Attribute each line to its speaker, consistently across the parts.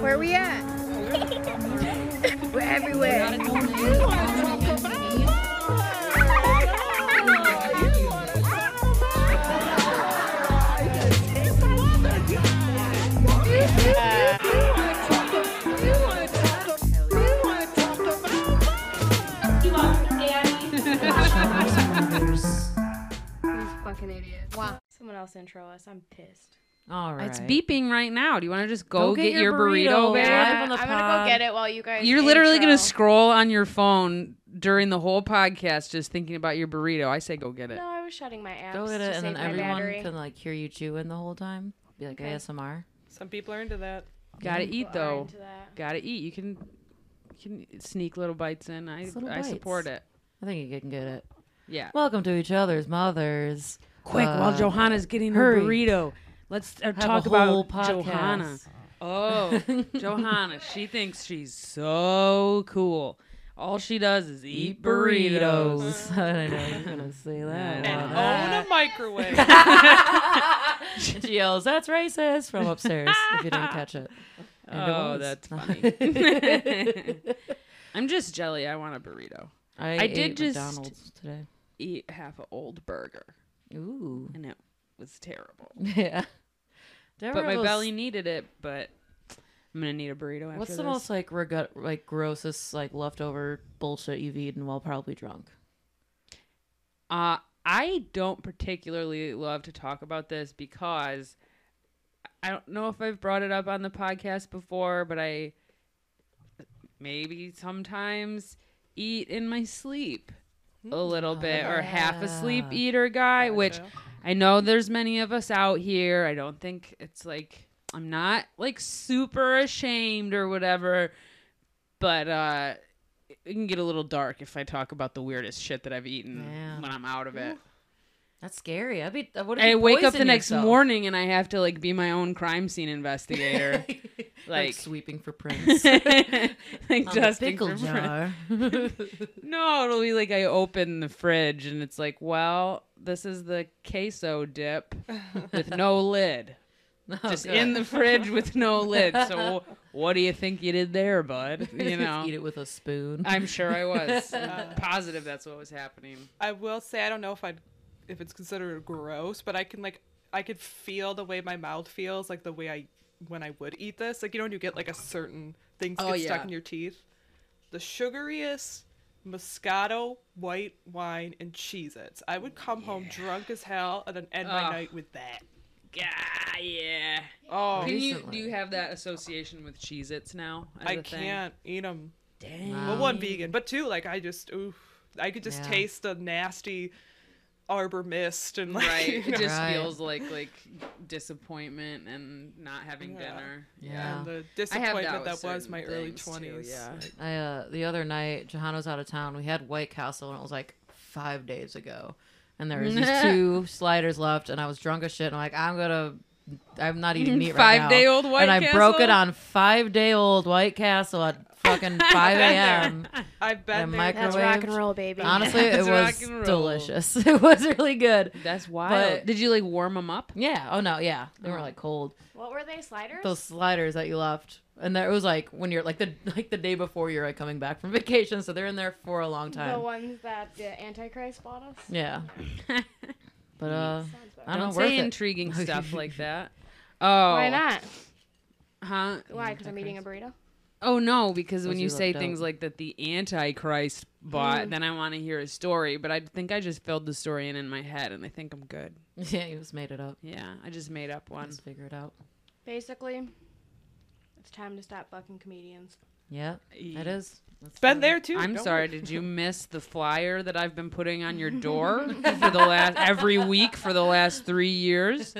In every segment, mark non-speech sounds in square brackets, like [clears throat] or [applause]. Speaker 1: Where are we at? We're everywhere. fucking idiot. Wow. Someone else intro us. I'm pissed.
Speaker 2: All right.
Speaker 3: It's beeping right now. Do you want to just go,
Speaker 2: Go
Speaker 3: get, your, burrito,
Speaker 2: burrito,
Speaker 3: babe?
Speaker 2: yeah. Live on
Speaker 1: I'm
Speaker 2: the
Speaker 1: gonna go
Speaker 2: pod.
Speaker 1: get it while you guys.
Speaker 3: You're literally
Speaker 1: intro.
Speaker 3: going to scroll on your phone during the whole podcast just thinking about your burrito. I say go get it.
Speaker 1: No, I was shutting my apps
Speaker 2: Go get
Speaker 1: to
Speaker 2: it,
Speaker 1: save
Speaker 2: and then
Speaker 1: my
Speaker 2: everyone
Speaker 1: battery.
Speaker 2: can like hear you chewing the whole time. Be like ASMR.
Speaker 4: Some people are into that.
Speaker 3: Got to eat
Speaker 1: People are
Speaker 3: though.
Speaker 1: into that.
Speaker 3: Got to eat. You can you can sneak little bites in. I
Speaker 2: It's little
Speaker 3: I support
Speaker 2: bites.
Speaker 3: it.
Speaker 2: I think you can get it.
Speaker 3: Yeah.
Speaker 2: Welcome to each other's mothers.
Speaker 3: Quick, while
Speaker 2: Uh,
Speaker 3: Johanna's getting
Speaker 2: hurry.
Speaker 3: her burrito, let's uh,
Speaker 2: Have a
Speaker 3: talk about
Speaker 2: whole podcast.
Speaker 3: Johanna. Oh, [laughs] Johanna, she thinks she's so cool. All she does is eat burritos.
Speaker 2: [laughs] I know you're gonna say that.
Speaker 3: Yeah.
Speaker 2: one.
Speaker 3: [laughs] Uh,
Speaker 4: Own a microwave.
Speaker 2: And she yells, "That's racist!" from upstairs. if you didn't catch
Speaker 3: [laughs]
Speaker 2: it. And it
Speaker 3: Oh,
Speaker 2: was. [laughs]
Speaker 3: that's funny. [laughs] I'm just jelly. I want a burrito.
Speaker 2: I,
Speaker 3: I did
Speaker 2: ate
Speaker 3: just-
Speaker 2: McDonald's
Speaker 3: [laughs]
Speaker 2: today.
Speaker 3: Eat half an old burger,
Speaker 2: Ooh. [laughs]
Speaker 3: and it was terrible.
Speaker 2: Yeah.
Speaker 3: But my belly needed it. But I'm gonna need a burrito after
Speaker 2: What's the
Speaker 3: this.
Speaker 2: most like regret, like grossest, like leftover bullshit you've eaten while probably drunk?
Speaker 3: Uh, I don't particularly love to talk about this because I don't know if I've brought it up on the podcast before, but I maybe sometimes eat in my sleep a little bit or half a sleep
Speaker 2: Yeah.
Speaker 3: eater guy, which I know there's many of us out here. I don't think it's like I'm not like super ashamed or whatever, but uh it can get a little dark if I talk about the weirdest shit that I've eaten
Speaker 2: Yeah.
Speaker 3: when I'm out of it.
Speaker 2: That's scary. I'd be. uh, What if
Speaker 3: I
Speaker 2: you
Speaker 3: wake up
Speaker 2: poison
Speaker 3: the next
Speaker 2: yourself? [laughs]
Speaker 3: morning and I have to like be my own crime scene investigator,
Speaker 2: like
Speaker 3: like-
Speaker 2: sweeping for [laughs] prints.
Speaker 3: [laughs] like
Speaker 2: On the
Speaker 3: just
Speaker 2: pickle jar. [laughs]
Speaker 3: No, it'll be like I open the fridge and it's like, well, this is the
Speaker 2: [laughs]
Speaker 3: queso dip with no lid,
Speaker 2: No,
Speaker 3: just
Speaker 2: God.
Speaker 3: in the fridge with no lid. [laughs] So what do you think you did there, [laughs] bud?
Speaker 2: [laughs]
Speaker 3: You know.
Speaker 2: eat it with a spoon.
Speaker 3: I'm sure I [laughs] was positive that's what was happening.
Speaker 4: I will say I don't know if I'd if it's considered gross, but I can like I could feel the way my mouth feels like the way I when I would eat this. Like you know when you get like a certain things
Speaker 3: Oh,
Speaker 4: get
Speaker 3: yeah.
Speaker 4: stuck in your teeth. The sugariest Moscato, white wine, and Cheez Its. I would come home drunk as hell and then end my
Speaker 3: Ugh.
Speaker 4: night with that.
Speaker 3: God, yeah.
Speaker 4: Oh,
Speaker 3: Can you, do
Speaker 2: Recently.
Speaker 3: you have that association with Cheez-Its now? as
Speaker 4: I
Speaker 3: a thing? [laughs]
Speaker 4: can't eat them.
Speaker 3: Dang.
Speaker 2: Wow.
Speaker 4: Well, one vegan, but two, like I just, oof, I could just
Speaker 2: Yeah.
Speaker 4: taste the nasty arbor mist and like, [laughs]
Speaker 3: Right.
Speaker 4: you know,
Speaker 3: It just
Speaker 2: Right.
Speaker 3: feels like like disappointment and not having
Speaker 4: Yeah.
Speaker 3: dinner.
Speaker 2: Yeah.
Speaker 4: and the
Speaker 3: I have that
Speaker 4: disappointment
Speaker 3: with
Speaker 4: that, was
Speaker 3: certain
Speaker 4: my early
Speaker 3: things, too,
Speaker 4: twenties.
Speaker 3: yeah.
Speaker 2: I uh the other night, Johanna's out of town. We had White Castle and it was like five days ago. And there was
Speaker 3: [laughs]
Speaker 2: these two sliders left and I was drunk as shit and I'm like, I'm gonna I'm not eating meat right now.
Speaker 3: Five-day-old White
Speaker 2: And I broke it
Speaker 3: Castle?
Speaker 2: on five day old White Castle at
Speaker 3: [laughs]
Speaker 2: fucking five AM.
Speaker 4: I've
Speaker 2: And
Speaker 4: been there.
Speaker 2: micro-
Speaker 1: That's rock and
Speaker 2: microwaved.
Speaker 1: roll, baby.
Speaker 2: Honestly, it
Speaker 1: [laughs]
Speaker 3: It's rock
Speaker 2: was
Speaker 3: and roll.
Speaker 2: delicious. [laughs] It was really good.
Speaker 3: That's wild.
Speaker 2: But-
Speaker 3: Did you like warm them up?
Speaker 2: Yeah. Oh no, yeah. They were like cold.
Speaker 1: What were they sliders?
Speaker 2: those sliders that you left and there it was like when you're like the [laughs] like the day before you're like coming back from [laughs] vacation so they're in there for a long
Speaker 1: the
Speaker 2: time
Speaker 1: ones that the Antichrist bought us.
Speaker 2: yeah but uh
Speaker 1: Sounds better.
Speaker 2: I don't
Speaker 3: Don't
Speaker 2: know, worth
Speaker 3: say
Speaker 2: it. [laughs]
Speaker 3: intriguing stuff like that. Oh,
Speaker 1: Why not?
Speaker 3: Huh?
Speaker 1: Why? Because I'm eating a burrito.
Speaker 3: Oh no, because when
Speaker 2: Those
Speaker 3: you Mm.
Speaker 2: you
Speaker 3: say
Speaker 2: left out.
Speaker 3: things like that, the Antichrist bought, then I want to hear a story. But I think I just filled the story in in my head, and I think I'm good.
Speaker 2: [laughs] yeah you just made it up
Speaker 3: Yeah, I just made up one.
Speaker 2: just figure it out
Speaker 1: Basically, it's time to stop fucking comedians.
Speaker 2: yeah
Speaker 3: E
Speaker 2: it is That's
Speaker 4: been
Speaker 2: fine.
Speaker 4: there too.
Speaker 3: I'm
Speaker 4: don't-
Speaker 3: sorry. Did you [laughs] miss the flyer that I've been putting on your [laughs] door for the last every week for the last three years?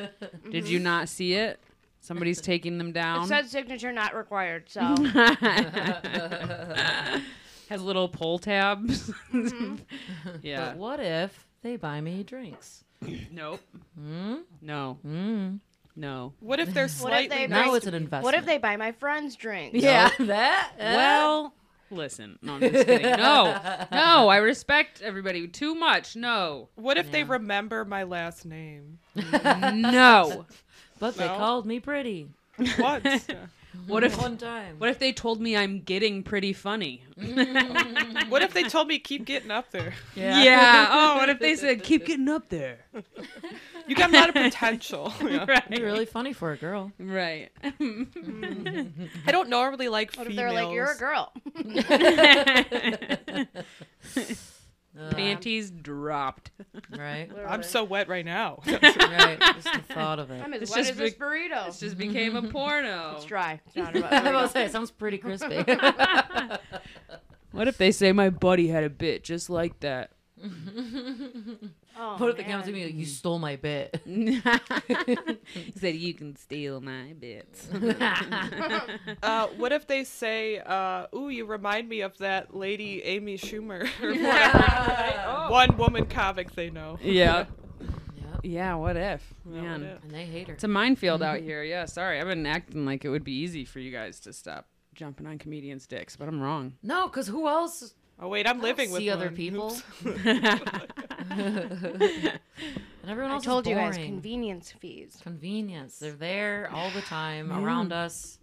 Speaker 3: Did you not see it? Somebody's taking them
Speaker 1: It
Speaker 3: down.
Speaker 1: said signature not required,
Speaker 2: [laughs]
Speaker 1: so
Speaker 3: [laughs] Has little pull tabs. [laughs] [laughs] yeah.
Speaker 2: but what if they buy me drinks
Speaker 3: Nope. Hmm?
Speaker 2: mm?
Speaker 3: No.
Speaker 2: Mm.
Speaker 3: No.
Speaker 4: What if they're slightly?
Speaker 1: they-
Speaker 4: nice-
Speaker 2: now it's an investment
Speaker 1: what if they buy my friends drinks?
Speaker 2: [laughs] yeah that uh,
Speaker 3: Well, listen. No, I'm just kidding. No. No. I respect everybody too much. No.
Speaker 4: What if they
Speaker 2: Yeah.
Speaker 4: remember my last name
Speaker 3: No.
Speaker 2: but they
Speaker 4: No.
Speaker 2: called me pretty
Speaker 4: once? Yeah.
Speaker 3: [laughs] What if
Speaker 2: one time?
Speaker 3: what if they told me I'm getting pretty funny?
Speaker 4: What if they told me keep getting up there?
Speaker 3: Yeah.
Speaker 2: [laughs]
Speaker 3: Oh, what if they said keep getting up there?
Speaker 4: You got a lot of potential. Yeah.
Speaker 2: You're really funny for a girl.
Speaker 3: [laughs]
Speaker 2: [laughs]
Speaker 3: Right.
Speaker 4: I don't normally like
Speaker 1: What if
Speaker 4: females.
Speaker 1: they're like, you're a
Speaker 2: [laughs]
Speaker 1: girl?
Speaker 2: Uh,
Speaker 3: Panties dropped. [laughs]
Speaker 2: right.
Speaker 4: I'm
Speaker 1: Literally.
Speaker 4: so wet right now.
Speaker 2: Right. Just the thought of it.
Speaker 1: [laughs]
Speaker 2: [laughs]
Speaker 1: I'm as
Speaker 3: It's
Speaker 1: wet
Speaker 3: just
Speaker 1: as this
Speaker 3: big-
Speaker 1: burrito.
Speaker 3: This just became a porno.
Speaker 1: It's
Speaker 2: [laughs]
Speaker 1: dry. It's not about
Speaker 2: I was
Speaker 1: burrito.
Speaker 2: say it sounds pretty
Speaker 3: [laughs]
Speaker 2: crispy. [laughs]
Speaker 3: What if they say my buddy had a bit just like that? [laughs]
Speaker 1: Oh,
Speaker 3: Oh,
Speaker 2: what if they come
Speaker 1: man.
Speaker 2: to me like, you stole my bit?
Speaker 3: he said you can steal my bits. [laughs]
Speaker 4: Uh, what if they say, uh, "Ooh, you remind me of that lady Amy Schumer," [laughs] or whatever one woman comic they know.
Speaker 3: yeah.
Speaker 2: Yep.
Speaker 3: Yeah, what if?
Speaker 4: Yeah,
Speaker 3: Man.
Speaker 4: what if?
Speaker 2: And they hate her.
Speaker 3: It's a
Speaker 4: [laughs]
Speaker 3: minefield out here. Yeah, sorry. I've been acting like it would be easy for you guys to stop jumping on comedians' dicks, but
Speaker 4: [laughs]
Speaker 3: I'm wrong. [laughs]
Speaker 2: No, because who else?
Speaker 4: Oh wait, I'm living with
Speaker 2: see other
Speaker 4: one.
Speaker 2: people.
Speaker 4: [laughs] Oops.
Speaker 2: and everyone
Speaker 1: I
Speaker 2: else
Speaker 1: told
Speaker 2: is
Speaker 1: you guys,
Speaker 2: boring.
Speaker 1: convenience fees.
Speaker 2: Convenience. They're there all the time around us.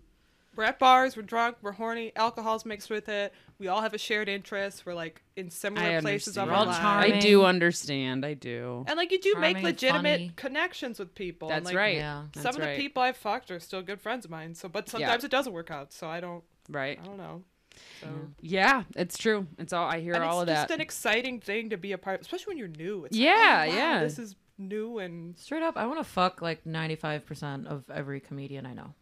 Speaker 4: We're at bars. We're drunk. We're horny. Alcohol's mixed with it. We all have a shared interest. We're like in
Speaker 3: I
Speaker 4: similar places
Speaker 3: understand.
Speaker 4: of
Speaker 2: We're
Speaker 4: our
Speaker 2: all
Speaker 4: lives.
Speaker 2: charming.
Speaker 3: I do understand. I do.
Speaker 4: And like you do
Speaker 2: Charming
Speaker 4: make
Speaker 2: and
Speaker 4: legitimate
Speaker 2: funny.
Speaker 4: connections with people. and,
Speaker 3: That's
Speaker 4: like,
Speaker 3: right.
Speaker 2: Yeah.
Speaker 3: That's
Speaker 4: Some of
Speaker 3: right.
Speaker 4: the people I fucked are still good friends of mine. So, but sometimes it doesn't work out. So I don't.
Speaker 3: Right.
Speaker 4: I don't know. So.
Speaker 3: Yeah, it's true. It's all I hear
Speaker 4: And
Speaker 3: all
Speaker 4: it's
Speaker 3: of
Speaker 4: just
Speaker 3: that.
Speaker 4: an exciting thing to be a part, especially when you're new. It's like,
Speaker 3: Yeah,
Speaker 4: oh, wow,
Speaker 3: yeah.
Speaker 4: This is new and
Speaker 2: Straight up, I want to fuck like 95% of every comedian I know.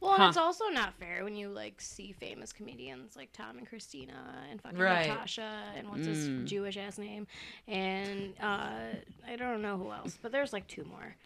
Speaker 1: Well, and
Speaker 3: Huh.
Speaker 1: it's also not fair when you like see famous comedians like Tom and Christina and fucking
Speaker 2: Right.
Speaker 1: Natasha and what's his
Speaker 3: Mm.
Speaker 1: Jewish ass name, and uh, I don't know who else, but there's like two
Speaker 3: [laughs]
Speaker 1: more.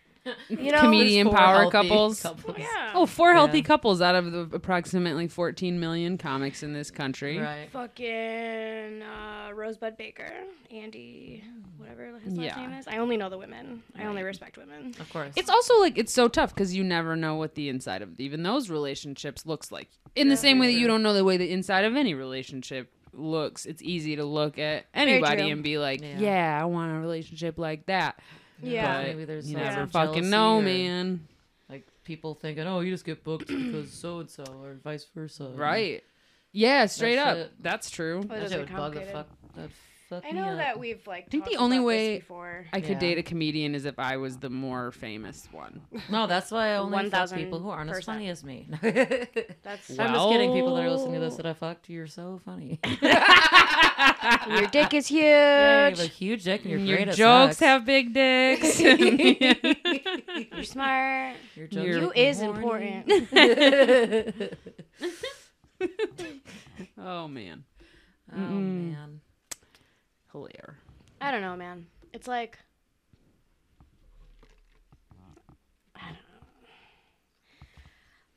Speaker 1: You know,
Speaker 3: [laughs] Comedian
Speaker 2: There's four
Speaker 3: power
Speaker 2: healthy
Speaker 3: couples.
Speaker 1: Yeah.
Speaker 3: Oh, four healthy
Speaker 2: Yeah.
Speaker 3: couples out of the approximately 14 million comics in this country.
Speaker 2: Right.
Speaker 1: Fucking uh, Rosebud Baker, Andy, whatever his last
Speaker 3: Yeah.
Speaker 1: name is. I only know the women. I only respect women.
Speaker 2: Of course.
Speaker 3: It's also like it's so tough because you never know what the inside of even those relationships looks like. In the same way that you don't know the way the inside of any relationship looks, it's easy to look at
Speaker 1: true.
Speaker 3: anybody and be like,
Speaker 2: Yeah.
Speaker 3: yeah. I want a relationship like that."
Speaker 1: Yeah.
Speaker 3: But
Speaker 2: Maybe there's
Speaker 3: you
Speaker 2: lots
Speaker 3: never
Speaker 2: of
Speaker 3: fucking
Speaker 2: jealousy
Speaker 3: know,
Speaker 2: or-
Speaker 3: man.
Speaker 2: like people thinking, oh, you just get booked because so and so, or vice versa.
Speaker 3: Right? Yeah, straight
Speaker 2: Mm. That's
Speaker 3: up.
Speaker 2: it.
Speaker 3: That's true.
Speaker 1: Oh,
Speaker 2: That
Speaker 1: those
Speaker 2: shit
Speaker 1: are
Speaker 2: would bug the fuck.
Speaker 1: complicated.
Speaker 2: That fuck
Speaker 1: I
Speaker 2: me
Speaker 1: know
Speaker 2: up.
Speaker 1: that we've like. I
Speaker 3: think the only way-
Speaker 1: before.
Speaker 3: I could
Speaker 2: Yeah.
Speaker 3: date a comedian as if I was the more famous one.
Speaker 2: No, that's why I only fuck
Speaker 1: 1000%.
Speaker 2: people who aren't as funny as me. [laughs]
Speaker 1: That's
Speaker 2: I'm just kidding, people that are listening to
Speaker 3: Well-
Speaker 2: this that I fucked. You're so funny.
Speaker 3: [laughs]
Speaker 1: your dick is huge.
Speaker 2: you have a huge dick and you're
Speaker 3: Your
Speaker 2: great at
Speaker 3: jokes
Speaker 2: sex.
Speaker 3: have big
Speaker 2: [laughs]
Speaker 3: dicks. [laughs]
Speaker 1: [laughs] You're smart.
Speaker 2: Your jokes
Speaker 3: You're
Speaker 1: You
Speaker 2: are
Speaker 1: is
Speaker 2: horny. [laughs]
Speaker 1: important.
Speaker 3: oh man,
Speaker 2: Oh man.
Speaker 3: hilarious.
Speaker 1: [laughs] I don't know, man. It's like I don't know.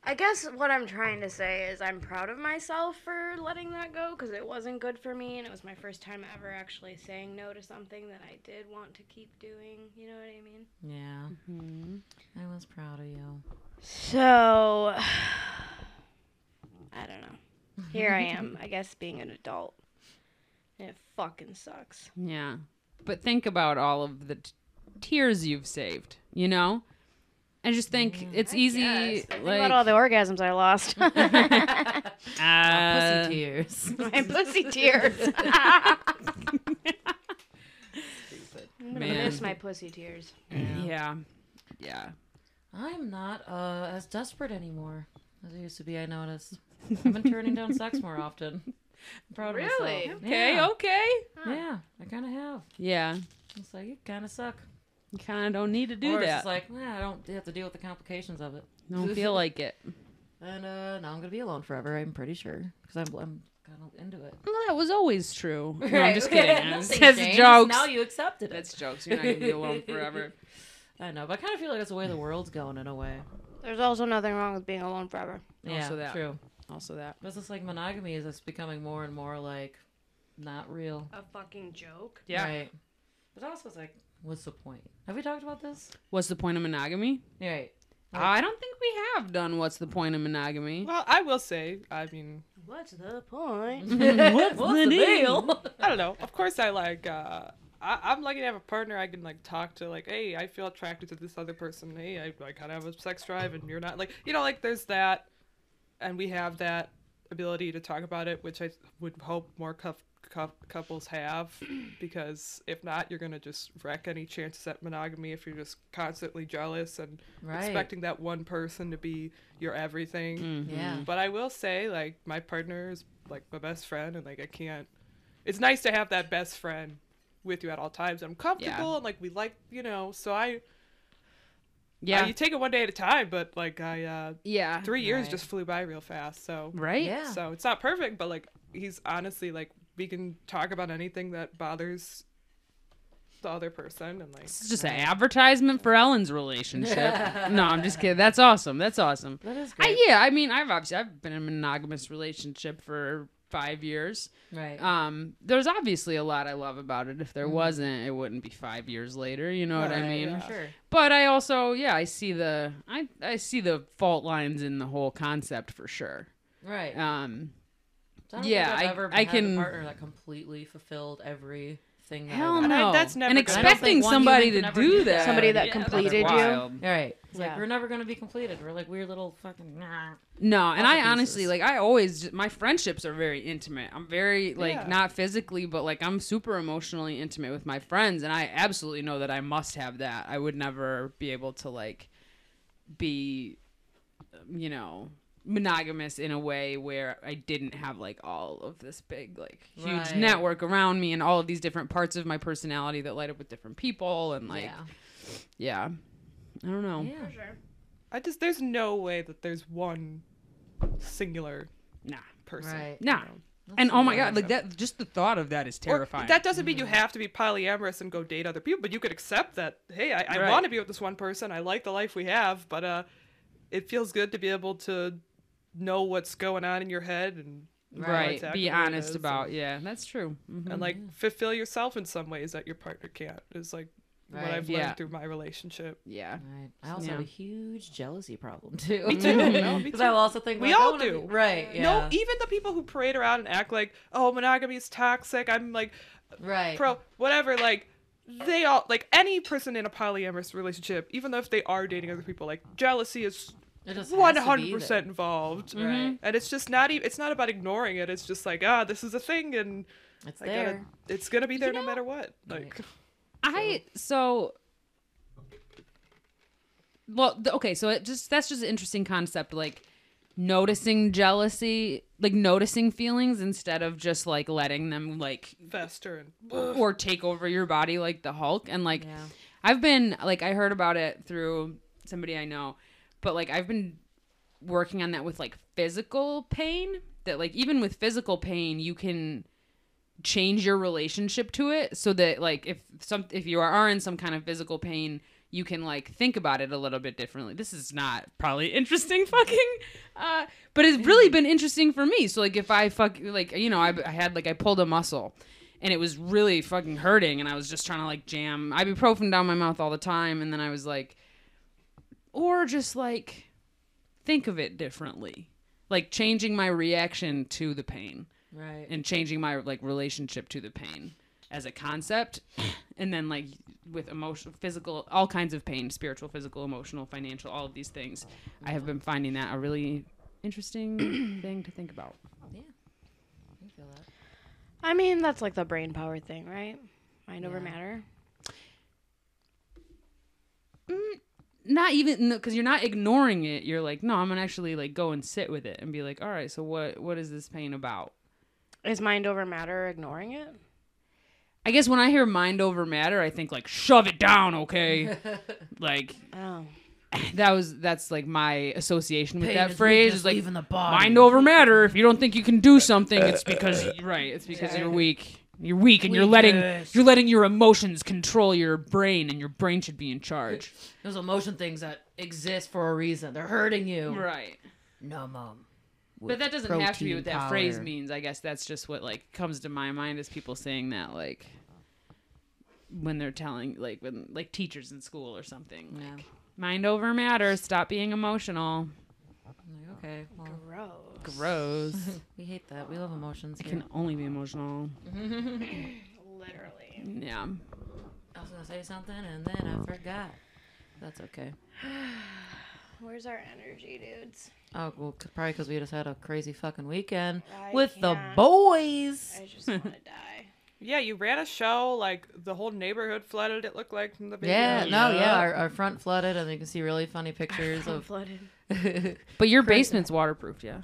Speaker 1: I guess what I'm trying to say is I'm proud of myself for letting that go because it wasn't good for me and it was my first time ever actually saying no to something that I did want to keep doing. You know what I mean?
Speaker 2: Yeah. Mm-hmm. I was proud of you.
Speaker 1: So [sighs] I don't know. Here I am, I guess being an adult. And it fucking sucks.
Speaker 3: Yeah. But think about all of the t- tears you've saved, you know? I just think it's easy.
Speaker 1: about all the orgasms I lost. [laughs]
Speaker 3: uh,
Speaker 2: Pussy tears. [laughs]
Speaker 1: My pussy [laughs] tears. I'm gonna
Speaker 3: Man.
Speaker 1: miss my pussy tears.
Speaker 3: Yeah. Yeah.
Speaker 2: I'm not uh, as desperate anymore as I used to be. I notice. I've been turning down sex more often. I'm proud of myself.
Speaker 1: Really?
Speaker 3: Okay,
Speaker 2: Yeah.
Speaker 3: okay.
Speaker 2: Yeah, I kind of have.
Speaker 3: Yeah.
Speaker 2: It's like you kind of suck.
Speaker 3: You kind of don't need to do
Speaker 2: or It's
Speaker 3: that.
Speaker 2: just like nah, I don't have to deal with the complications of it.
Speaker 3: don't feel like
Speaker 2: [laughs]
Speaker 3: it.
Speaker 2: And uh, now I'm gonna be alone forever. I'm pretty sure because I'm I'm kind of into it.
Speaker 3: Well, that was always true.
Speaker 2: [laughs]
Speaker 3: No, I'm
Speaker 2: Right,
Speaker 3: just
Speaker 2: okay,
Speaker 3: kidding.
Speaker 2: nothing
Speaker 3: That's
Speaker 2: changed, [laughs]
Speaker 3: jokes.
Speaker 2: Now you accepted it. [laughs]
Speaker 3: That's jokes. You're not going to be alone forever.
Speaker 2: I know, but I kind of feel like that's the way the world's going in a way.
Speaker 1: There's also nothing wrong with being alone forever.
Speaker 2: Yeah,
Speaker 3: Also that.
Speaker 2: true.
Speaker 3: Also, that.
Speaker 2: But it's just like monogamy is just becoming more and more like not real.
Speaker 1: A fucking joke.
Speaker 3: Yeah.
Speaker 2: Right. But also, it's like, what's the point? Have we talked about this?
Speaker 3: What's the point of monogamy?
Speaker 2: [laughs] Right.
Speaker 3: I don't think we have done what's the point of monogamy.
Speaker 4: well, I will say, I mean,
Speaker 1: What's the point?
Speaker 2: what's, the deal?
Speaker 4: I don't know. Of course, I like. Uh, I, I'm lucky to have a partner I can like talk to. Like, hey, I feel attracted to this other person. Hey, I, I kind of have a sex drive, and you're not. Like, you know, like there's that. and we have that ability to talk about it, which I would hope more cuff, cuff, couples have, [clears throat] because if not, you're gonna just wreck any chances at monogamy if you're just constantly jealous and
Speaker 2: Right.
Speaker 4: expecting that one person to be your everything.
Speaker 2: [laughs] Yeah.
Speaker 4: But I will say, like, my partner is like my best friend, and like, I can't. It's nice to have that best friend with you at all times. I'm comfortable, and like, we like, you know. So I, yeah,
Speaker 3: Yeah.
Speaker 4: you take it one day at a time. But like, I, uh,
Speaker 3: yeah.
Speaker 4: three years
Speaker 2: Right.
Speaker 4: just flew by real fast. So,
Speaker 3: Right?
Speaker 2: Yeah.
Speaker 4: so it's not perfect, but like, he's honestly like, we can talk about anything that bothers the other person, and like,
Speaker 3: This is just an advertisement for Ellen's relationship. no, I'm just kidding. That's awesome. That's awesome.
Speaker 2: That is great.
Speaker 3: I, yeah, I mean, I've obviously I've been in a monogamous relationship for five years.
Speaker 2: right.
Speaker 3: Um, there's obviously a lot I love about it. If there wasn't, it wouldn't be five years later. You know what I
Speaker 4: Right,
Speaker 3: mean?
Speaker 4: yeah.
Speaker 2: Sure.
Speaker 3: But I also, yeah, I see the I I see the fault lines in the whole concept for sure.
Speaker 2: Right.
Speaker 3: Um,
Speaker 2: So Uh, I don't
Speaker 3: yeah,
Speaker 2: think I've
Speaker 3: I-
Speaker 2: ever
Speaker 3: I
Speaker 2: had
Speaker 3: can-
Speaker 2: a partner that completely fulfilled everything. That
Speaker 3: hell
Speaker 2: I
Speaker 3: no,
Speaker 2: wanted.
Speaker 4: I- that's never
Speaker 3: and
Speaker 4: good. I don't
Speaker 3: expecting
Speaker 2: think one
Speaker 3: somebody
Speaker 2: human can
Speaker 3: to
Speaker 2: ever
Speaker 3: do
Speaker 2: do
Speaker 3: that.
Speaker 2: that.
Speaker 1: Somebody that
Speaker 4: Yeah, that's
Speaker 1: completed you.
Speaker 3: Wild.
Speaker 2: All right. It's
Speaker 1: Yeah.
Speaker 2: like we're never gonna be completed. We're like weird little fucking.
Speaker 3: No, and
Speaker 2: All the
Speaker 3: I honestly
Speaker 2: pieces.
Speaker 3: like I always just, my friendships are very intimate. I'm very like
Speaker 4: Yeah.
Speaker 3: not physically, but like I'm super emotionally intimate with my friends, and I absolutely know that I must have that. I would never be able to like be, um, you know, monogamous in a way where I didn't have like all of this big like huge
Speaker 2: Right.
Speaker 3: network around me and all of these different parts of my personality that light up with different people and like
Speaker 2: yeah.
Speaker 3: yeah, I don't know.
Speaker 2: Yeah.
Speaker 1: For sure.
Speaker 4: I just there's no way that there's one singular
Speaker 3: Nah.
Speaker 4: person.
Speaker 2: Right.
Speaker 3: Nah.
Speaker 2: That's
Speaker 3: And oh my
Speaker 2: weird.
Speaker 3: god, like that just the thought of that is
Speaker 4: Or-
Speaker 3: terrifying.
Speaker 4: that doesn't mean you have to be polyamorous and go date other people, but you could accept that. Hey, I, I
Speaker 3: Right.
Speaker 4: want to be with this one person. I like the life we have, but uh, it feels good to be able to know what's going on in your head and know
Speaker 3: right
Speaker 4: exactly
Speaker 3: be
Speaker 4: what it
Speaker 3: honest
Speaker 4: is
Speaker 3: about
Speaker 4: and,
Speaker 3: yeah that's true Mhm.
Speaker 4: and like fulfill yourself in some ways that your partner can't. Is like what
Speaker 2: Right.
Speaker 4: I've
Speaker 3: Yeah.
Speaker 4: learned through my relationship.
Speaker 3: yeah
Speaker 2: Right. I also
Speaker 3: Yeah.
Speaker 2: have a huge jealousy problem
Speaker 3: [laughs]
Speaker 2: too.
Speaker 4: Me too. No,
Speaker 2: [laughs]
Speaker 4: me
Speaker 2: Because I
Speaker 4: too.
Speaker 2: will also think
Speaker 4: We
Speaker 2: like, I
Speaker 4: all
Speaker 2: wanna
Speaker 4: do.
Speaker 2: be- Right. Yeah.
Speaker 4: No, even the people who parade around and act like, "Oh, monogamy is toxic." I'm like,
Speaker 3: e-,
Speaker 2: right.
Speaker 4: pro whatever like they all like any person in a polyamorous relationship even though if they are dating other people like jealousy is
Speaker 2: It just has to be
Speaker 4: 100%
Speaker 2: there. Mm-hmm.
Speaker 4: involved
Speaker 2: Right.
Speaker 4: and it's just not even it's not about ignoring it it's just like ah this is a thing and
Speaker 2: It's
Speaker 4: I gotta,
Speaker 2: there.
Speaker 4: it's gonna be there
Speaker 3: know-
Speaker 4: no matter what like [laughs]
Speaker 3: i so well th- okay so it just that's just an interesting concept like noticing jealousy like noticing feelings instead of just like letting them like
Speaker 4: fester and
Speaker 3: or take over your body like the Hulk. And like,
Speaker 2: Yeah.
Speaker 3: I've been like, I heard about it through somebody I know, but like, I've been working on that with like physical pain. That like, even with physical pain, you can change your relationship to it so that like if some if you are in some kind of physical pain you can like think about it a little bit differently this is not probably [laughs] interesting fucking uh but it's really been interesting for me so like if i fuck like you know i, I had like i pulled a muscle and it was really fucking hurting and i was just trying to like jam ibuprofen down my mouth all the time and then i was like or just like think of it differently like changing my reaction to the pain
Speaker 2: Right.
Speaker 3: and changing my like relationship to the pain as a concept and then like with emotional physical all kinds of pain spiritual physical emotional financial all of these things i have been finding that a really
Speaker 2: [clears throat]
Speaker 3: interesting thing to think about
Speaker 2: I feel that.
Speaker 1: I mean, that's like the brain power thing, right? Mind over matter.
Speaker 3: not even because you're not ignoring it you're like no i'm gonna actually like go and sit with it and be like all right so what what is this pain about
Speaker 1: Is mind over matter ignoring it?
Speaker 3: i guess when i hear mind over matter i think like shove it
Speaker 2: [laughs]
Speaker 3: down okay like
Speaker 1: Oh.
Speaker 3: that was that's like my association with
Speaker 2: Pain
Speaker 3: that
Speaker 2: is
Speaker 3: phrase
Speaker 2: weakness,
Speaker 3: is like
Speaker 2: leaving the body.
Speaker 3: mind over matter. If you don't think you can do something, it's because right. It's because you're weak. You're weak, and you're letting
Speaker 2: Weakness.
Speaker 3: you're letting your emotions control your brain, and your brain should be in charge.
Speaker 2: Those emotion things that exist for a reason. They're hurting you.
Speaker 3: [laughs] Right,
Speaker 2: No, mom.
Speaker 3: but that doesn't have to be
Speaker 2: protein
Speaker 3: what that phrase
Speaker 2: powder.
Speaker 3: means. I guess that's just what like comes to my mind is people saying that like when they're telling like when like teachers in school or something.
Speaker 2: Yeah.
Speaker 3: Like, Mind over matter. Stop being emotional.
Speaker 2: I'm like, okay. Well,
Speaker 1: Gross.
Speaker 3: Gross.
Speaker 2: [laughs] we hate that. We love emotions.
Speaker 3: I
Speaker 2: here.
Speaker 3: can only be emotional.
Speaker 1: Literally.
Speaker 3: Yeah.
Speaker 2: I was gonna say something and then I forgot. That's okay.
Speaker 1: Where Where's our energy, dudes?
Speaker 2: Oh, well, c- probably because we just had a crazy fucking weekend
Speaker 1: I
Speaker 2: with the
Speaker 1: can't.
Speaker 2: boys.
Speaker 1: I just want to die.
Speaker 4: Yeah, you ran a show like the whole neighborhood flooded. It looked like from the video.
Speaker 2: Yeah, no, yeah,
Speaker 3: Yeah.
Speaker 2: our, our front flooded, and you can see really funny pictures
Speaker 1: I'm [laughs]
Speaker 2: of.
Speaker 1: flooded.
Speaker 2: [laughs]
Speaker 3: But your basement's waterproofed, yeah.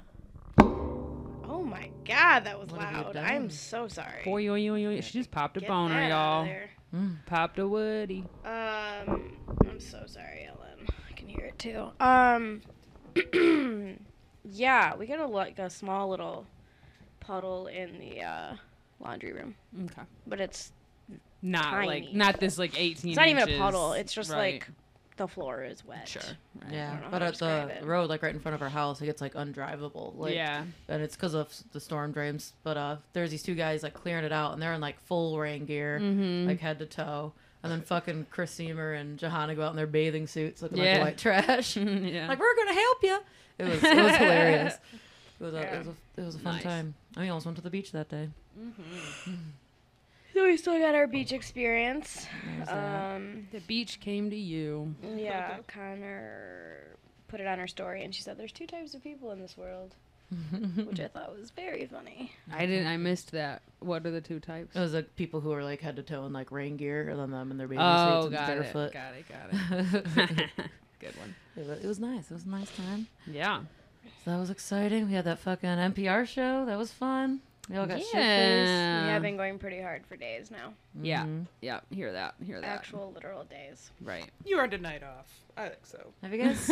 Speaker 1: Oh my god, that was
Speaker 2: What have you
Speaker 1: loud.
Speaker 2: done?
Speaker 1: I'm so sorry.
Speaker 3: Boy, yo, yo, yo. She just popped a
Speaker 1: Get
Speaker 3: boner,
Speaker 1: that out of
Speaker 3: y'all.
Speaker 1: there.
Speaker 3: Popped a woody.
Speaker 1: Um, I'm so sorry, Ellen. I can hear it too. Um, [clears throat] yeah, we got a like a small little puddle in the uh, laundry room,
Speaker 3: Okay.
Speaker 1: but it's
Speaker 3: Not like
Speaker 1: Tiny.
Speaker 3: not this like eighteen.
Speaker 1: it's not even a
Speaker 3: inches,
Speaker 1: puddle. It's just
Speaker 3: right?
Speaker 1: like the floor is wet.
Speaker 3: sure. right.
Speaker 1: don't
Speaker 2: Yeah,
Speaker 1: know
Speaker 2: but
Speaker 1: how
Speaker 2: at
Speaker 1: to
Speaker 2: the
Speaker 1: describe it.
Speaker 2: road, like right in front of our house, it gets like undrivable. Like,
Speaker 3: yeah.
Speaker 2: and it's because of the storm drains. But uh, there's these two guys like clearing it out, and they're in like full rain gear,
Speaker 3: Mhm.
Speaker 2: like head to toe. And then fucking Chris Seymour and Johanna go out in their bathing suits, looking like
Speaker 3: Yeah. Mm-hmm.
Speaker 2: white trash.
Speaker 3: [laughs] yeah.
Speaker 2: Like we're gonna help you. It was it was
Speaker 3: [laughs]
Speaker 2: hilarious. It was a,
Speaker 1: Yeah.
Speaker 2: it was a, it was a fun
Speaker 3: Nice.
Speaker 2: time. I almost went to the beach that day.
Speaker 1: So we still got our beach experience.
Speaker 2: There's
Speaker 3: Uh.
Speaker 2: that.
Speaker 1: Um,
Speaker 3: the beach came to you.
Speaker 1: yeah, [laughs] Connor put it on her story, and she said, "There's two types of people in this world," which I thought was very funny.
Speaker 3: I didn't. I missed that. What are the two types?
Speaker 2: It was like people who were like head to toe in like rain gear, and then them in their bathing
Speaker 3: Oh,
Speaker 2: suits and
Speaker 3: got it,
Speaker 2: barefoot.
Speaker 3: got it. Got it.
Speaker 2: it,
Speaker 3: Good one.
Speaker 2: was, it was nice. It was a nice time.
Speaker 3: Yeah.
Speaker 2: So that was exciting. We had that fucking NPR show. That was fun. We all Oh, got shit faced.
Speaker 3: yeah.
Speaker 1: yeah, I've been going pretty hard for days now.
Speaker 3: Yeah.
Speaker 2: Mhm.
Speaker 3: Yeah. Hear that. Hear that.
Speaker 1: Actual literal days.
Speaker 3: Right.
Speaker 4: You earned a night off. I think so.
Speaker 2: Have
Speaker 3: [laughs]
Speaker 2: you guys?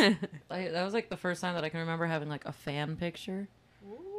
Speaker 2: I, that was like the first time that I can remember having like a fan picture,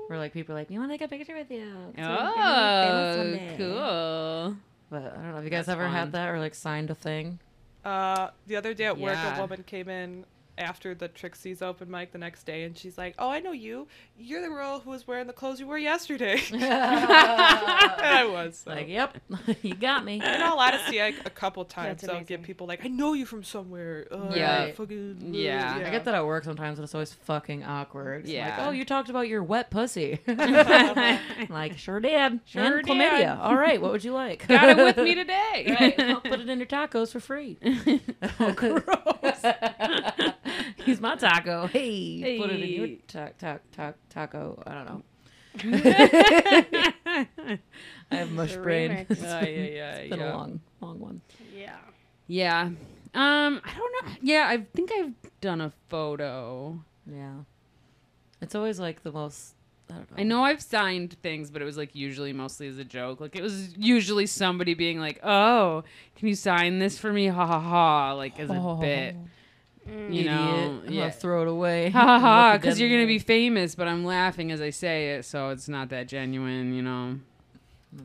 Speaker 2: where like people were like, "You want to take a picture with you?" 'Cause we're gonna be famous one
Speaker 3: Oh,
Speaker 2: day."
Speaker 3: cool.
Speaker 2: But I don't know. Have you guys
Speaker 3: That's
Speaker 2: ever
Speaker 3: fun.
Speaker 2: had that or like signed a thing?
Speaker 4: Uh, the other day at work,
Speaker 3: Yeah.
Speaker 4: a woman came in after the Trixie's open mic the next day, and she's like, "Oh, I know you. You're the girl who was wearing the clothes you wore yesterday." [laughs] and I was so.
Speaker 2: Like, yep, [laughs] you got me.
Speaker 4: In all honesty, I, a couple times
Speaker 1: That's
Speaker 4: I'll get
Speaker 1: amazing.
Speaker 4: people like, "I know you from somewhere." Uh,
Speaker 3: Yeah.
Speaker 4: fucking,
Speaker 3: Yeah.
Speaker 2: I get that at work sometimes, and it's always fucking awkward. It's
Speaker 3: Yeah.
Speaker 2: Like, oh, you talked about your wet
Speaker 3: [laughs]
Speaker 2: pussy. [laughs] I'm like, sure did.
Speaker 3: Sure
Speaker 2: and
Speaker 3: did.
Speaker 2: chlamydia. All right, what would you like?
Speaker 3: [laughs] Got it with
Speaker 2: [laughs]
Speaker 3: me today.
Speaker 2: Right, I'll put
Speaker 3: [laughs]
Speaker 2: it [laughs] Oh, in your tacos for free.
Speaker 3: Oh,
Speaker 2: [laughs] He's my
Speaker 3: [laughs]
Speaker 2: taco. Hey, put it in your
Speaker 3: Hey.
Speaker 2: ta- ta- ta- taco. I
Speaker 3: [laughs]
Speaker 2: don't know. I have mush
Speaker 1: The
Speaker 2: brain.
Speaker 1: remix.
Speaker 2: [laughs] It's
Speaker 3: Oh, Yeah,
Speaker 2: been-
Speaker 3: yeah,
Speaker 2: it's been
Speaker 3: yeah.
Speaker 2: a long, long one.
Speaker 1: Yeah.
Speaker 3: Yeah. Um, I don't know. Yeah, I think I've done a photo.
Speaker 2: Yeah. It's always like the most. I don't know.
Speaker 3: I know I've signed things, but it was like usually mostly as a joke. Like it was usually somebody being like, "Oh, can you sign this for me?" Ha ha ha! Like as a
Speaker 2: Oh.
Speaker 3: bit, you
Speaker 2: Idiot.
Speaker 3: know?
Speaker 2: I'm
Speaker 3: yeah.
Speaker 2: gonna throw it away.
Speaker 3: Ha ha ha!
Speaker 2: Look at
Speaker 3: Because you're
Speaker 2: them.
Speaker 3: gonna be famous, but I'm laughing as I say it, so it's not that genuine, you know.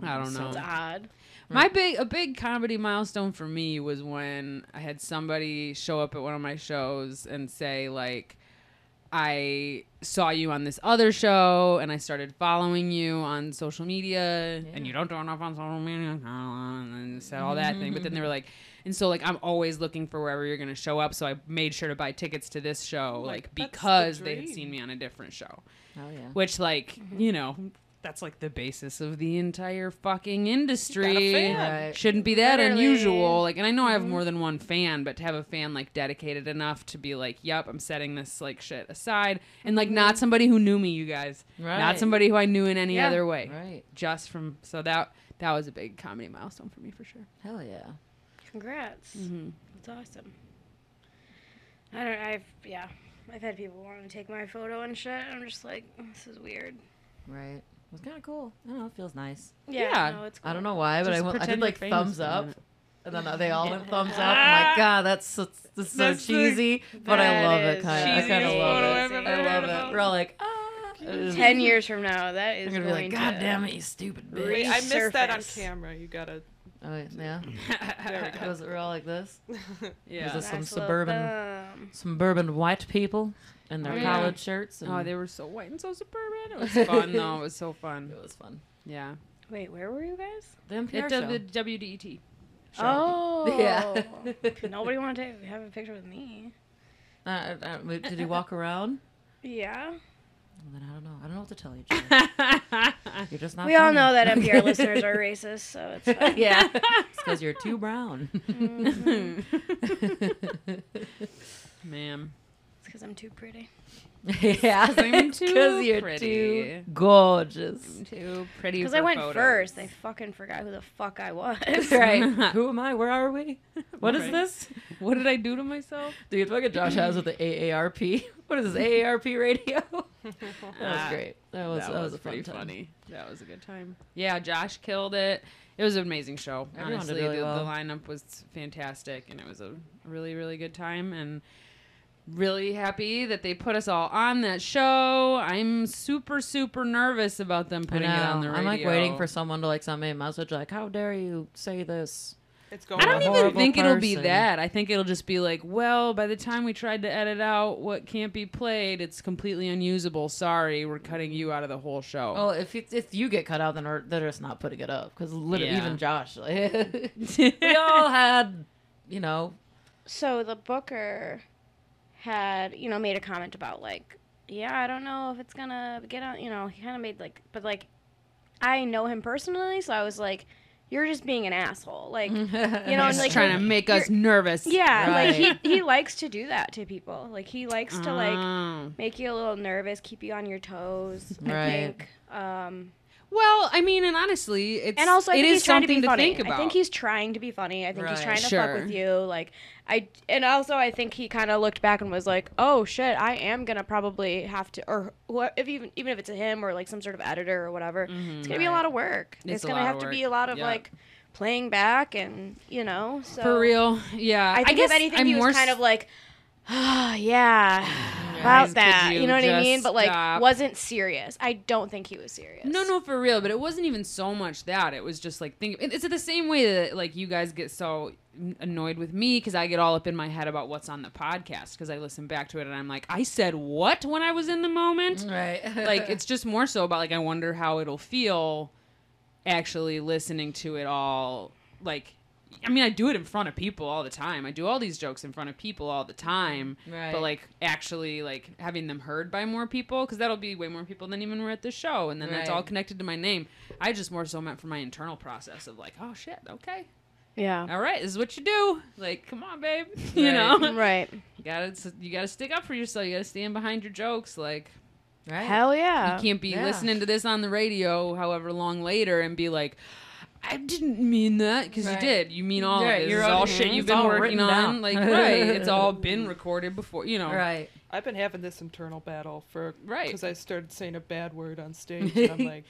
Speaker 3: I don't know.
Speaker 1: It's odd.
Speaker 3: My big a big comedy milestone for me was when I had somebody show up at one of my shows and say like I saw you on this other show and I started following you on social media and you don't do enough on social media and then they said all that thing but
Speaker 4: [laughs]
Speaker 3: then they were like and so like I'm always looking for wherever you're going to show up so I made sure to buy tickets to this show
Speaker 4: Like,
Speaker 3: like
Speaker 4: that's the
Speaker 3: because they had seen
Speaker 4: dream. Mm-hmm.
Speaker 3: me on a different show
Speaker 2: Oh yeah.
Speaker 3: which like you know that's like the basis of the entire fucking industry
Speaker 4: fan.
Speaker 2: Right.
Speaker 3: shouldn't be that
Speaker 1: Literally.
Speaker 3: unusual like and i know i have more than one fan but to have a fan like dedicated enough to be like yep i'm setting this like shit aside and like not somebody who knew me you guys
Speaker 2: Right.
Speaker 3: not somebody who i knew in any
Speaker 1: Yeah.
Speaker 3: other way
Speaker 2: Right.
Speaker 3: just from so that that was a big comedy milestone for me for sure
Speaker 2: Hell yeah.
Speaker 1: Congrats.
Speaker 2: Mm.
Speaker 3: Mhm.
Speaker 1: That's awesome. I don't. I've yeah. I've had people want to take my photo and shit. I'm just like, this is weird.
Speaker 2: Right. It was kind of cool. I don't know. It feels nice.
Speaker 1: Yeah.
Speaker 3: Yeah.
Speaker 1: No, it's.
Speaker 2: I don't know why, but I
Speaker 3: Just
Speaker 2: went, I
Speaker 3: pretend
Speaker 2: did
Speaker 3: you're
Speaker 2: like
Speaker 3: famous
Speaker 2: thumbs
Speaker 3: for a
Speaker 2: up,
Speaker 3: minute.
Speaker 2: and then they all went thumbs up. I'm
Speaker 3: [laughs]
Speaker 2: like, God, that's so, this is so
Speaker 4: That's the-
Speaker 2: cheesy, but I
Speaker 1: that
Speaker 2: love it.
Speaker 1: is
Speaker 2: Kind of, I kind of
Speaker 4: cheesiest photo
Speaker 2: love
Speaker 4: I've
Speaker 2: it.
Speaker 4: ever
Speaker 2: I
Speaker 4: heard
Speaker 2: love it.
Speaker 4: about.
Speaker 2: We're all like, ah.
Speaker 1: cool. Ten years from now, that
Speaker 2: They're
Speaker 1: is
Speaker 2: gonna be
Speaker 1: going
Speaker 2: like, God
Speaker 1: to.
Speaker 2: damn it, you stupid bitch.
Speaker 4: Wait, I missed that on
Speaker 1: Resurface.
Speaker 4: camera. You gotta.
Speaker 2: Oh wait, yeah.
Speaker 4: There we
Speaker 2: It
Speaker 4: go.
Speaker 2: was, we're all like this.
Speaker 3: yeah
Speaker 2: Is this- Some
Speaker 1: Nice little
Speaker 2: suburban-
Speaker 1: thumb.
Speaker 2: Some bourbon white people in their
Speaker 3: Oh, yeah.
Speaker 2: collared shirts. And
Speaker 3: oh they were so white and so suburban it [laughs] was fun though it was so fun
Speaker 2: It was fun.
Speaker 3: yeah
Speaker 1: Wait, where were you guys?
Speaker 2: The NPR
Speaker 3: at
Speaker 2: show.
Speaker 3: the wdet [laughs]
Speaker 1: [laughs] Oh.
Speaker 2: [laughs] Yeah.
Speaker 1: Nobody wanted to have a picture with me.
Speaker 2: [laughs] Uh, uh, wait, did he walk around?
Speaker 1: Yeah.
Speaker 2: Then I don't know. I don't know what to tell you. [laughs] Joey. You're just not.
Speaker 1: we all
Speaker 2: funny.
Speaker 1: know that NPR
Speaker 2: [laughs]
Speaker 1: listeners [laughs] are racist, so it's fine.
Speaker 2: yeah, it's because you're Mm-hmm. [laughs] too brown.
Speaker 3: Ma'am.
Speaker 1: It's because I'm too pretty.
Speaker 2: yeah,
Speaker 3: 'Cause I'm
Speaker 2: it's
Speaker 3: too
Speaker 2: 'cause you're
Speaker 3: pretty.
Speaker 2: too gorgeous.
Speaker 3: Too pretty.
Speaker 1: Because
Speaker 3: for
Speaker 1: I went
Speaker 3: photos.
Speaker 1: first. They fucking forgot who the fuck I was.
Speaker 2: [laughs]
Speaker 1: [laughs]
Speaker 2: right. [laughs] Who am I? Where are we? What is
Speaker 3: Right.
Speaker 2: this?
Speaker 3: What did I do to myself?
Speaker 2: Dude, look at Josh House with the AARP. [laughs] What is this AARP radio? [laughs] that was
Speaker 3: Ah.
Speaker 2: great. That was that, was, a fun
Speaker 3: pretty
Speaker 2: time.
Speaker 3: funny. That was a good time. Yeah, Josh killed it. It was an amazing show.
Speaker 2: Everyone did
Speaker 3: Honestly,
Speaker 2: really
Speaker 3: the,
Speaker 2: well.
Speaker 3: the lineup was fantastic, and it was a really, really good time. And really happy that they put us all on that show. I'm super, super nervous about them
Speaker 2: I
Speaker 3: putting
Speaker 2: know.
Speaker 3: it on the radio.
Speaker 2: I'm like waiting for someone to like send me a message like, "How dare you say this?"
Speaker 4: [laughs] It's going
Speaker 3: I don't
Speaker 4: up.
Speaker 2: a
Speaker 3: even
Speaker 2: horrible
Speaker 3: think it'll be
Speaker 2: person.
Speaker 3: that. I think it'll just be like, well, by the time we tried to edit out what can't be played, it's completely unusable. Sorry, we're cutting you out of the whole show. [laughs]
Speaker 2: Oh, if you, if you get cut out, then we're- they're just not putting it up because literally
Speaker 3: Yeah.
Speaker 2: even Josh, like, [laughs]
Speaker 3: [laughs]
Speaker 2: we all had, you know,
Speaker 1: so the booker had you know made a comment about like yeah i don't know if it's gonna get out you know he kind of made like but like i know him personally so i was like you're just being an asshole like you know and,
Speaker 2: [laughs]
Speaker 3: Just [laughs]
Speaker 1: like
Speaker 3: trying to make us nervous.
Speaker 1: yeah like
Speaker 2: Right.
Speaker 1: he, he likes to do that to people like he likes to like
Speaker 3: Oh.
Speaker 1: make you a little nervous keep you on your toes i
Speaker 2: Right.
Speaker 1: think um
Speaker 3: Well, I mean, and honestly, it's
Speaker 1: and also I
Speaker 3: it
Speaker 1: think
Speaker 3: is
Speaker 1: he's trying to
Speaker 3: something
Speaker 1: be funny.
Speaker 3: think about.
Speaker 1: I think he's trying to be funny. I think he's
Speaker 2: Right.
Speaker 1: trying to
Speaker 3: Sure.
Speaker 1: fuck with you. Like I and also I think he kind of looked back and was like, "Oh shit, I am gonna probably have to or who- if even even if it's him or like some sort of editor or whatever, it's gonna be a
Speaker 2: right.
Speaker 1: lot of work. It's,
Speaker 3: Mm-hmm. It's a
Speaker 1: gonna
Speaker 3: lot
Speaker 1: have
Speaker 3: of
Speaker 1: to
Speaker 3: work.
Speaker 1: be a lot of
Speaker 3: Yep.
Speaker 1: like playing back and you know so
Speaker 3: for real. Yeah,
Speaker 1: I think
Speaker 3: guess
Speaker 1: if anything
Speaker 3: I'm
Speaker 1: he was
Speaker 3: more
Speaker 1: kind
Speaker 3: s-
Speaker 1: of like. [sighs] Ah, yeah, about
Speaker 3: Guys, could
Speaker 1: that.
Speaker 3: you
Speaker 1: You know what I
Speaker 3: just
Speaker 1: mean? But like,
Speaker 3: stop?
Speaker 1: wasn't serious. I don't think he was serious.
Speaker 3: No, no, for real. But it wasn't even so much that. It was just like think. it- It's the same way that like you guys get so annoyed with me because I get all up in my head about what's on the podcast because I listen back to it and I'm like, I said what when I was in the moment.
Speaker 2: right? [laughs]
Speaker 3: like [laughs] it's just more so about like I wonder how it'll feel actually listening to it all like I mean I do it in front of people all the time. I do all these jokes in front of people all the time.
Speaker 2: Right.
Speaker 3: But like actually like having them heard by more people cuz that'll be way more people than even were at the show and then that's
Speaker 2: Right.
Speaker 3: all connected to my name. I just more so meant for my internal process of like, oh shit, okay.
Speaker 1: Yeah.
Speaker 3: [laughs] All right, this is what you do. Like, come on, babe. [laughs] You
Speaker 2: Oh. Right. [laughs]
Speaker 3: know.
Speaker 1: [laughs] Right.
Speaker 3: You got to you got to stick up for yourself. You got to stand behind your jokes like
Speaker 2: right?
Speaker 1: Hell yeah.
Speaker 3: you can't be
Speaker 2: Uh, yeah.
Speaker 3: listening to this on the radio however long later and be like, I didn't mean that because
Speaker 2: Right.
Speaker 3: you did. You mean all
Speaker 2: Right,
Speaker 3: of this.
Speaker 2: you're
Speaker 3: It's
Speaker 2: all-
Speaker 3: all shit
Speaker 2: mhm.
Speaker 3: you've
Speaker 2: It's
Speaker 3: been
Speaker 2: all
Speaker 3: working
Speaker 2: written
Speaker 3: on.
Speaker 2: down. [laughs]
Speaker 3: Like, right. It's all been recorded before, you know.
Speaker 2: right.
Speaker 4: I've been having this internal battle for
Speaker 3: Right.
Speaker 4: because I started saying a bad word on stage, and
Speaker 3: [laughs]
Speaker 4: I'm like,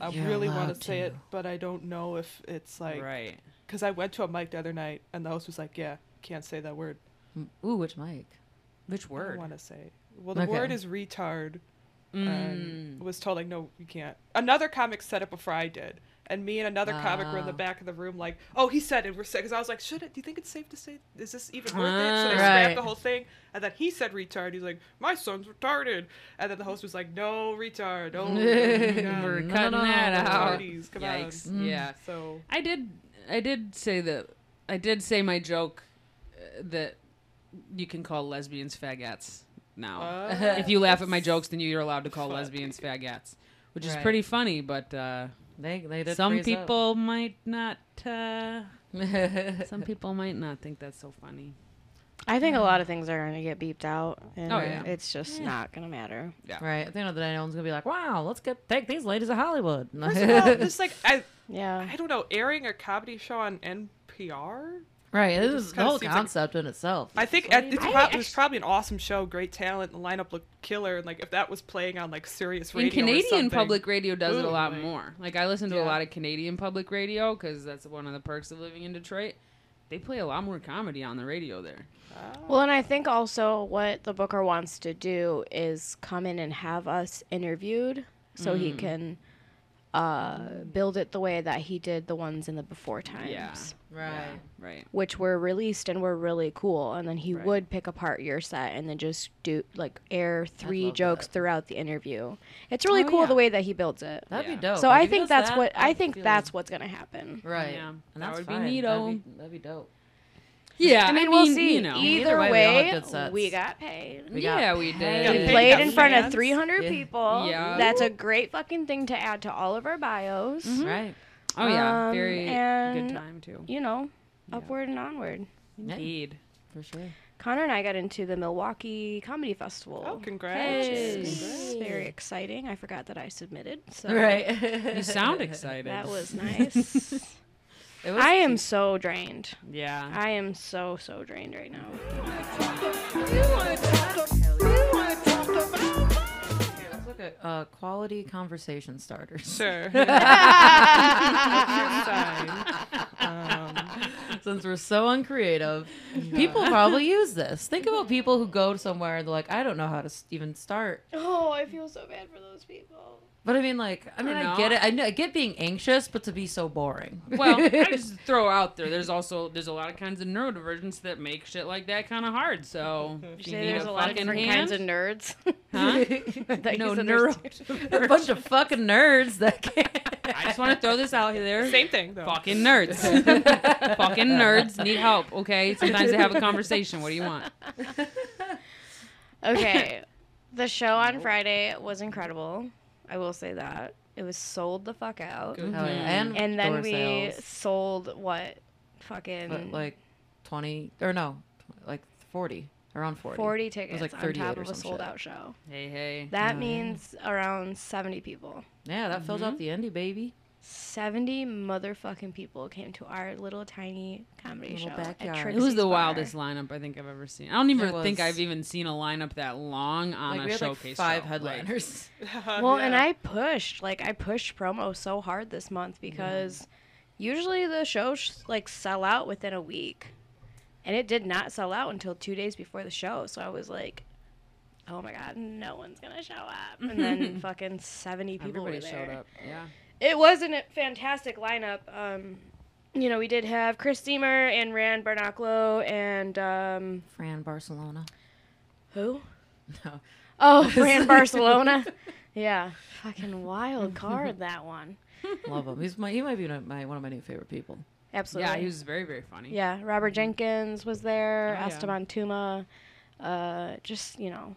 Speaker 4: I
Speaker 2: You're
Speaker 4: really want
Speaker 2: allowed
Speaker 4: to say it,
Speaker 2: to.
Speaker 4: but I don't know if it's like
Speaker 2: [laughs]
Speaker 3: right.
Speaker 4: because I went to a mic the other night, and the host was like, "Yeah, can't say that word.
Speaker 2: Ooh, which mic?
Speaker 3: Which
Speaker 4: I
Speaker 3: word?
Speaker 4: want to say." it." Well, the
Speaker 2: Okay.
Speaker 4: word is retard.
Speaker 3: Mm.
Speaker 4: and was told like no you can't another comic said it before i did and me and another comic were in the
Speaker 2: Ah.
Speaker 4: back of the room like oh he said it we're sick because i was like should it do you think it's safe to say is this even worth it should i
Speaker 3: Ah,
Speaker 2: right.
Speaker 4: scrap the whole thing and then he said retard he's like my son's retarded and then the host was like no retard oh
Speaker 3: We're
Speaker 4: we're
Speaker 2: No,
Speaker 3: cutting
Speaker 2: no, no.
Speaker 3: that out.
Speaker 4: parties come
Speaker 3: Yikes.
Speaker 4: on
Speaker 3: Mm. Yeah.
Speaker 4: so
Speaker 3: I did. I did say that. I did say my joke uh, that you can call lesbians faggots
Speaker 4: [laughs]
Speaker 3: now.
Speaker 4: uh,
Speaker 3: if you laugh at my jokes, then you're allowed to call
Speaker 4: Fuck.
Speaker 3: lesbians faggots, which is
Speaker 2: Right.
Speaker 3: pretty funny. But uh,
Speaker 2: They they did
Speaker 3: some
Speaker 2: freeze up. [laughs]
Speaker 3: people might not. Uh, some people might not think that's so
Speaker 4: [laughs]
Speaker 3: funny.
Speaker 1: I think a lot of things are going to get beeped out. And
Speaker 3: Oh, yeah.
Speaker 1: It's just not going to matter.
Speaker 2: Right. At the end of the day, no one's gonna be like, "Wow, let's get take these ladies to Hollywood."
Speaker 4: first of all this like i
Speaker 1: Yeah.
Speaker 4: i don't know airing a comedy show on npr
Speaker 2: [laughs] right. This
Speaker 4: just
Speaker 2: is the
Speaker 4: kinda
Speaker 2: whole
Speaker 4: seems like-
Speaker 2: concept in itself.
Speaker 4: I think at, it's
Speaker 3: I
Speaker 4: prob- it was
Speaker 3: actu-
Speaker 4: probably an awesome show, great talent, the lineup looked killer. And like if that was playing on like serious radio,
Speaker 3: In
Speaker 4: or
Speaker 3: Canadian
Speaker 4: something-
Speaker 3: public radio does it a
Speaker 4: Ooh,
Speaker 3: lot
Speaker 4: like-
Speaker 3: more. Like I listen to a
Speaker 4: Yeah.
Speaker 3: lot of Canadian public radio because that's one of the perks of living in Detroit. They play a lot more comedy on the radio there.
Speaker 1: Well, and I think also what the booker wants to do is come in and have us interviewed so he
Speaker 3: Mm.
Speaker 1: can uh, build it the way that he did the ones in the before times.
Speaker 3: Yeah.
Speaker 2: right.
Speaker 3: Right.
Speaker 1: Which were released and were really cool, and then he
Speaker 3: Right.
Speaker 1: would pick apart your set and then just do like air three
Speaker 2: love
Speaker 1: jokes
Speaker 2: that. throughout
Speaker 1: throughout the interview. It's really
Speaker 3: Oh,
Speaker 1: cool
Speaker 3: yeah.
Speaker 1: the way that he builds it.
Speaker 2: That'd
Speaker 3: Yeah.
Speaker 2: be dope.
Speaker 1: so
Speaker 2: Like,
Speaker 1: I
Speaker 2: if he
Speaker 1: think
Speaker 2: does
Speaker 1: that's
Speaker 2: that,
Speaker 1: what I
Speaker 2: I'd
Speaker 1: think
Speaker 2: feel-
Speaker 1: that's what's gonna happen.
Speaker 2: right.
Speaker 3: Yeah.
Speaker 2: And
Speaker 3: That
Speaker 2: that's
Speaker 3: would be
Speaker 2: fine.
Speaker 3: neato.
Speaker 2: That'd be, that'd be dope.
Speaker 3: Yeah.
Speaker 1: I mean, we'll see.
Speaker 3: You know.
Speaker 1: Either,
Speaker 2: Either way, we all had
Speaker 1: way,
Speaker 2: good
Speaker 1: we,
Speaker 2: sets.
Speaker 1: got paid.
Speaker 2: We got
Speaker 3: yeah, we did.
Speaker 2: paid.
Speaker 1: We
Speaker 4: Yeah,
Speaker 1: played
Speaker 4: got
Speaker 1: in front of
Speaker 4: fans.
Speaker 1: 300
Speaker 2: Yeah.
Speaker 1: people.
Speaker 3: Yeah.
Speaker 1: That's a great fucking thing to add to all of our bios.
Speaker 2: Right.
Speaker 3: Oh yeah,
Speaker 1: Um,
Speaker 3: very
Speaker 1: and-
Speaker 3: good time too.
Speaker 1: You know, upward and onward.
Speaker 2: Yeah,
Speaker 3: Indeed. [laughs]
Speaker 2: for sure.
Speaker 1: Connor and I got into the Milwaukee Comedy Festival.
Speaker 4: Oh,
Speaker 1: Which
Speaker 4: congrats.
Speaker 2: Hey.
Speaker 1: is
Speaker 2: Yay.
Speaker 1: very exciting. I forgot that I submitted. So
Speaker 3: [laughs]
Speaker 2: Right.
Speaker 3: You sound excited.
Speaker 1: That was nice. [laughs]
Speaker 2: It was
Speaker 1: I am so drained.
Speaker 3: yeah.
Speaker 1: I am so so drained right now.
Speaker 2: It's like a uh, quality conversation starters.
Speaker 3: [laughs]
Speaker 4: Sure. Um,
Speaker 2: [laughs] Since we're so uncreative,
Speaker 3: [laughs]
Speaker 2: people probably use this. Think about people who go somewhere and they're like, I don't know how to s- even start.
Speaker 1: Oh, I feel so bad for those people.
Speaker 2: But I mean, like, I mean,
Speaker 3: don't
Speaker 2: I,
Speaker 3: know.
Speaker 2: get it. I, know, I get being anxious, but to be so boring.
Speaker 3: well,
Speaker 2: [laughs]
Speaker 3: I just throw out there. There's also there's a lot of kinds of neurodivergence that make shit like that kind of hard. So
Speaker 1: Mm-hmm. You
Speaker 3: if
Speaker 1: say
Speaker 3: need
Speaker 1: there's a lot of
Speaker 3: fucking
Speaker 1: different
Speaker 3: hand,
Speaker 1: kinds of nerds. [laughs]
Speaker 2: [laughs]
Speaker 3: huh?
Speaker 1: That you
Speaker 2: no
Speaker 1: said
Speaker 2: neuro.
Speaker 1: there's
Speaker 2: a [laughs] bunch of fucking nerds that
Speaker 3: [laughs]
Speaker 2: can't.
Speaker 3: I
Speaker 1: [laughs]
Speaker 3: just want to throw this out there.
Speaker 4: Same thing though.
Speaker 3: Fucking nerds. fucking nerds need help. Okay. Sometimes they have a conversation. What do you want?
Speaker 1: Okay. the show on Friday was incredible. I will say that. It was sold the fuck out.
Speaker 4: Good.
Speaker 2: Oh, yeah. And,
Speaker 1: And then
Speaker 2: door
Speaker 1: we
Speaker 2: sales.
Speaker 1: sold what? Fucking
Speaker 2: But, like 20 or no, like 40, around 40.
Speaker 1: 40 tickets
Speaker 2: like
Speaker 1: on
Speaker 2: 38
Speaker 1: top
Speaker 2: or
Speaker 1: of a
Speaker 2: some
Speaker 1: sold
Speaker 2: shit.
Speaker 1: out show.
Speaker 3: Hey, hey.
Speaker 1: That
Speaker 2: Oh, yeah.
Speaker 1: means around 70 people.
Speaker 2: Yeah, that fills out the
Speaker 1: Mm-hmm.
Speaker 2: indie, baby.
Speaker 1: 70 motherfucking people came to our little tiny comedy
Speaker 2: Little
Speaker 1: show. At
Speaker 2: backyard. It
Speaker 3: It was
Speaker 1: Trixie's
Speaker 3: the
Speaker 1: Bar.
Speaker 3: wildest lineup I think I've ever seen. I don't even
Speaker 2: It
Speaker 3: think
Speaker 2: was.
Speaker 3: I've even seen a lineup that long on
Speaker 2: like
Speaker 3: a
Speaker 2: we had like
Speaker 3: showcase.
Speaker 2: five
Speaker 3: show. Like,
Speaker 2: headliners.
Speaker 1: Well, and
Speaker 4: [laughs] Yeah.
Speaker 1: I pushed like I pushed promo so hard this month because usually the shows like sell out within a week, and it did not sell out until two days before the show. So I was like, "Oh my god, no one's gonna show up!" And then
Speaker 3: [laughs]
Speaker 1: fucking seventy [laughs] people
Speaker 3: everybody
Speaker 1: were there.
Speaker 3: showed up. Yeah.
Speaker 1: It was a fantastic lineup. Um, you know, we did have Chris Steamer and Rand Barnaclo and um,
Speaker 2: Fran Barcelona.
Speaker 1: who?
Speaker 2: No.
Speaker 1: Oh, [laughs] Fran Barcelona. Yeah, fucking wild card that one.
Speaker 2: Love him. He's my he might be one of my one of my new
Speaker 1: [laughs]
Speaker 2: favorite people.
Speaker 1: Absolutely.
Speaker 3: Yeah. He was very, very funny.
Speaker 1: Yeah, Robert Jenkins was there,
Speaker 3: Oh, yeah.
Speaker 1: Esteban Tuma. Uh, just, you know,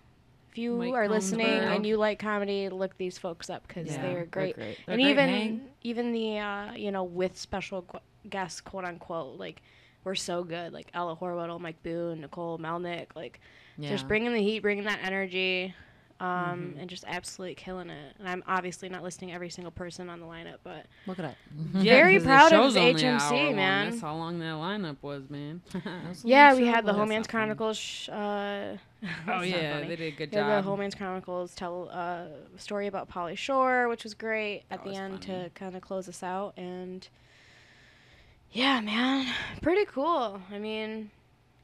Speaker 1: if you
Speaker 3: Mike
Speaker 1: are listening
Speaker 3: Holmberg.
Speaker 1: and you like comedy, look these folks up because
Speaker 2: Yeah,
Speaker 1: they
Speaker 2: they're
Speaker 1: are great.
Speaker 2: great. They're
Speaker 1: And
Speaker 2: a great
Speaker 1: even
Speaker 2: hang.
Speaker 1: even the, uh, you know, with special qu- guests, quote unquote, like, we're so good. Like, Ella Horwittle, Mike Boone, Nicole Melnick, like,
Speaker 2: Yeah.
Speaker 1: just bringing the heat, bringing that energy, um,
Speaker 3: Mm-hmm.
Speaker 1: and just absolutely killing it. And I'm obviously not listing every single person on the lineup, but
Speaker 2: Look at
Speaker 3: Yeah,
Speaker 1: Very
Speaker 3: 'cause the
Speaker 1: proud of
Speaker 3: show's only an
Speaker 1: HMC,
Speaker 3: hour long.
Speaker 1: man.
Speaker 3: That's how long that lineup was, man.
Speaker 1: [laughs]
Speaker 3: [laughs]
Speaker 2: that.
Speaker 1: yeah, we had the
Speaker 2: whole
Speaker 1: Homelands
Speaker 2: man's
Speaker 1: Chronicles. Sh- uh, [laughs]
Speaker 3: oh
Speaker 1: that's not
Speaker 3: yeah,
Speaker 1: funny.
Speaker 3: they did a good
Speaker 1: Yeah, the
Speaker 3: job.
Speaker 1: Homelands Chronicles tell uh, a story about Polly Shore, which was great at
Speaker 3: That
Speaker 1: the
Speaker 3: was
Speaker 1: end
Speaker 3: funny.
Speaker 1: to kind of close us out. And yeah, man, [laughs] pretty cool. I mean,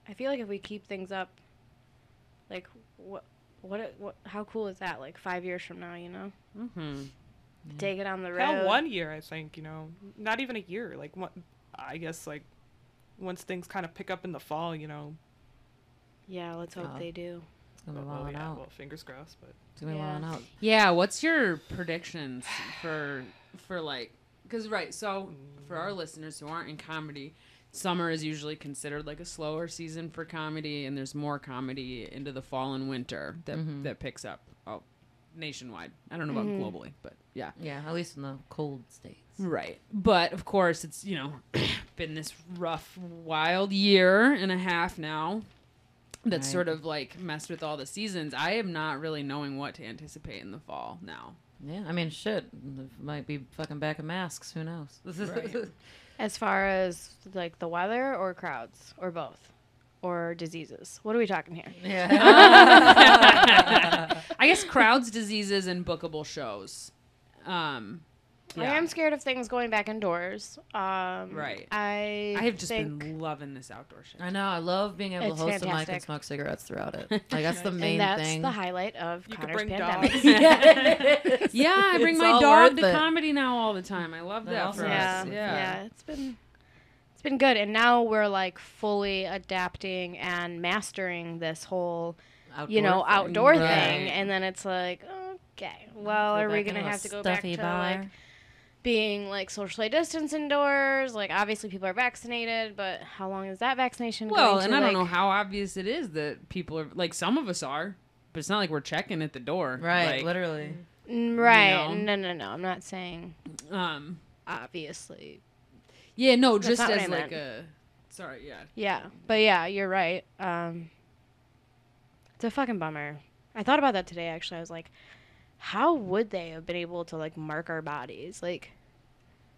Speaker 1: I feel like if we keep things up, like what, what, what how cool is that? Like five years from now, you know,
Speaker 3: mm-hmm.
Speaker 1: take it on the road.
Speaker 4: Hell, one year I think you know, not even a year. Like one, I guess like once things kind of pick up in the fall, you know.
Speaker 1: Yeah, let's hope
Speaker 2: Oh.
Speaker 1: they do.
Speaker 2: It's gonna be
Speaker 3: Oh,
Speaker 4: well,
Speaker 2: wilding
Speaker 4: yeah,
Speaker 2: out.
Speaker 4: well, fingers crossed, but
Speaker 2: It's gonna be
Speaker 1: Yeah.
Speaker 2: wilding out.
Speaker 3: Yeah, what's your predictions for for like cuz right, so for our listeners who aren't in comedy, summer is usually considered like a slower season for comedy and there's more comedy into the fall and winter that that picks up oh, nationwide. I don't know about globally, but yeah.
Speaker 2: Yeah, at least in the cold
Speaker 1: Mm.
Speaker 2: states.
Speaker 3: Right. But of course, it's, you know, [clears throat] been this rough, wild year and a half now that's
Speaker 2: Right.
Speaker 3: sort of like messed with all the seasons. I am not really knowing what to anticipate in the fall
Speaker 2: [laughs]
Speaker 3: now.
Speaker 2: Yeah, I mean, shit, might be fucking back in masks. Who knows? [laughs]
Speaker 3: Right.
Speaker 1: As far as like the weather or crowds or both or diseases, what are we talking here?
Speaker 3: [laughs]
Speaker 2: yeah.
Speaker 3: I guess crowds, diseases, and bookable shows. Um,
Speaker 1: I
Speaker 3: yeah.
Speaker 1: am scared of things going back indoors. Um,
Speaker 3: Right.
Speaker 1: I
Speaker 3: I have just
Speaker 1: think
Speaker 3: been loving this outdoor shit.
Speaker 2: I know. I love being able
Speaker 1: It's
Speaker 2: to host a mic and
Speaker 1: fantastic.
Speaker 2: smoke cigarettes
Speaker 1: [laughs]
Speaker 2: throughout it. Like that's the
Speaker 1: and
Speaker 2: main
Speaker 1: that's
Speaker 2: thing. [laughs]
Speaker 1: the highlight of
Speaker 4: you could
Speaker 1: Connor's
Speaker 4: bring
Speaker 1: pandemic.
Speaker 4: dogs.
Speaker 2: Yes.
Speaker 3: Yeah, I
Speaker 2: [laughs]
Speaker 3: bring
Speaker 2: It's
Speaker 3: my
Speaker 2: all
Speaker 3: dog
Speaker 2: worth
Speaker 3: to
Speaker 2: it.
Speaker 3: comedy now all the time. I love
Speaker 2: That
Speaker 3: that
Speaker 2: also
Speaker 1: [laughs]
Speaker 3: for
Speaker 1: Yeah,
Speaker 3: us.
Speaker 2: helps.
Speaker 1: yeah,
Speaker 3: Yeah.
Speaker 1: It's been it's been good, and now we're like fully adapting and mastering this whole you know
Speaker 2: Outdoor thing.
Speaker 1: outdoor
Speaker 3: Right.
Speaker 1: thing, and then it's like okay, well,
Speaker 2: Go
Speaker 1: are we
Speaker 2: back in
Speaker 1: gonna
Speaker 2: a
Speaker 1: have to go back
Speaker 2: stuffy
Speaker 1: to
Speaker 2: bar.
Speaker 1: like being like socially distanced indoors? Like obviously people are vaccinated, but how long is that vaccination?
Speaker 3: Well,
Speaker 1: going
Speaker 3: and
Speaker 1: to,
Speaker 3: I don't
Speaker 1: like-
Speaker 3: know how obvious it is that people are like some of us are, but it's not like we're checking at the door,
Speaker 2: right?
Speaker 3: Like,
Speaker 2: literally.
Speaker 1: Mm, Right?
Speaker 3: know?
Speaker 1: No, no, no. I'm not saying
Speaker 3: um,
Speaker 1: obviously.
Speaker 3: yeah, no,
Speaker 1: That's
Speaker 3: just
Speaker 1: not what
Speaker 3: as
Speaker 1: I
Speaker 3: like
Speaker 1: meant. [laughs]
Speaker 3: a. Sorry, yeah.
Speaker 1: Yeah, but yeah, you're right. Um, It's a fucking bummer. I thought about that today actually. I was like, how would they have been able to like mark our bodies? Like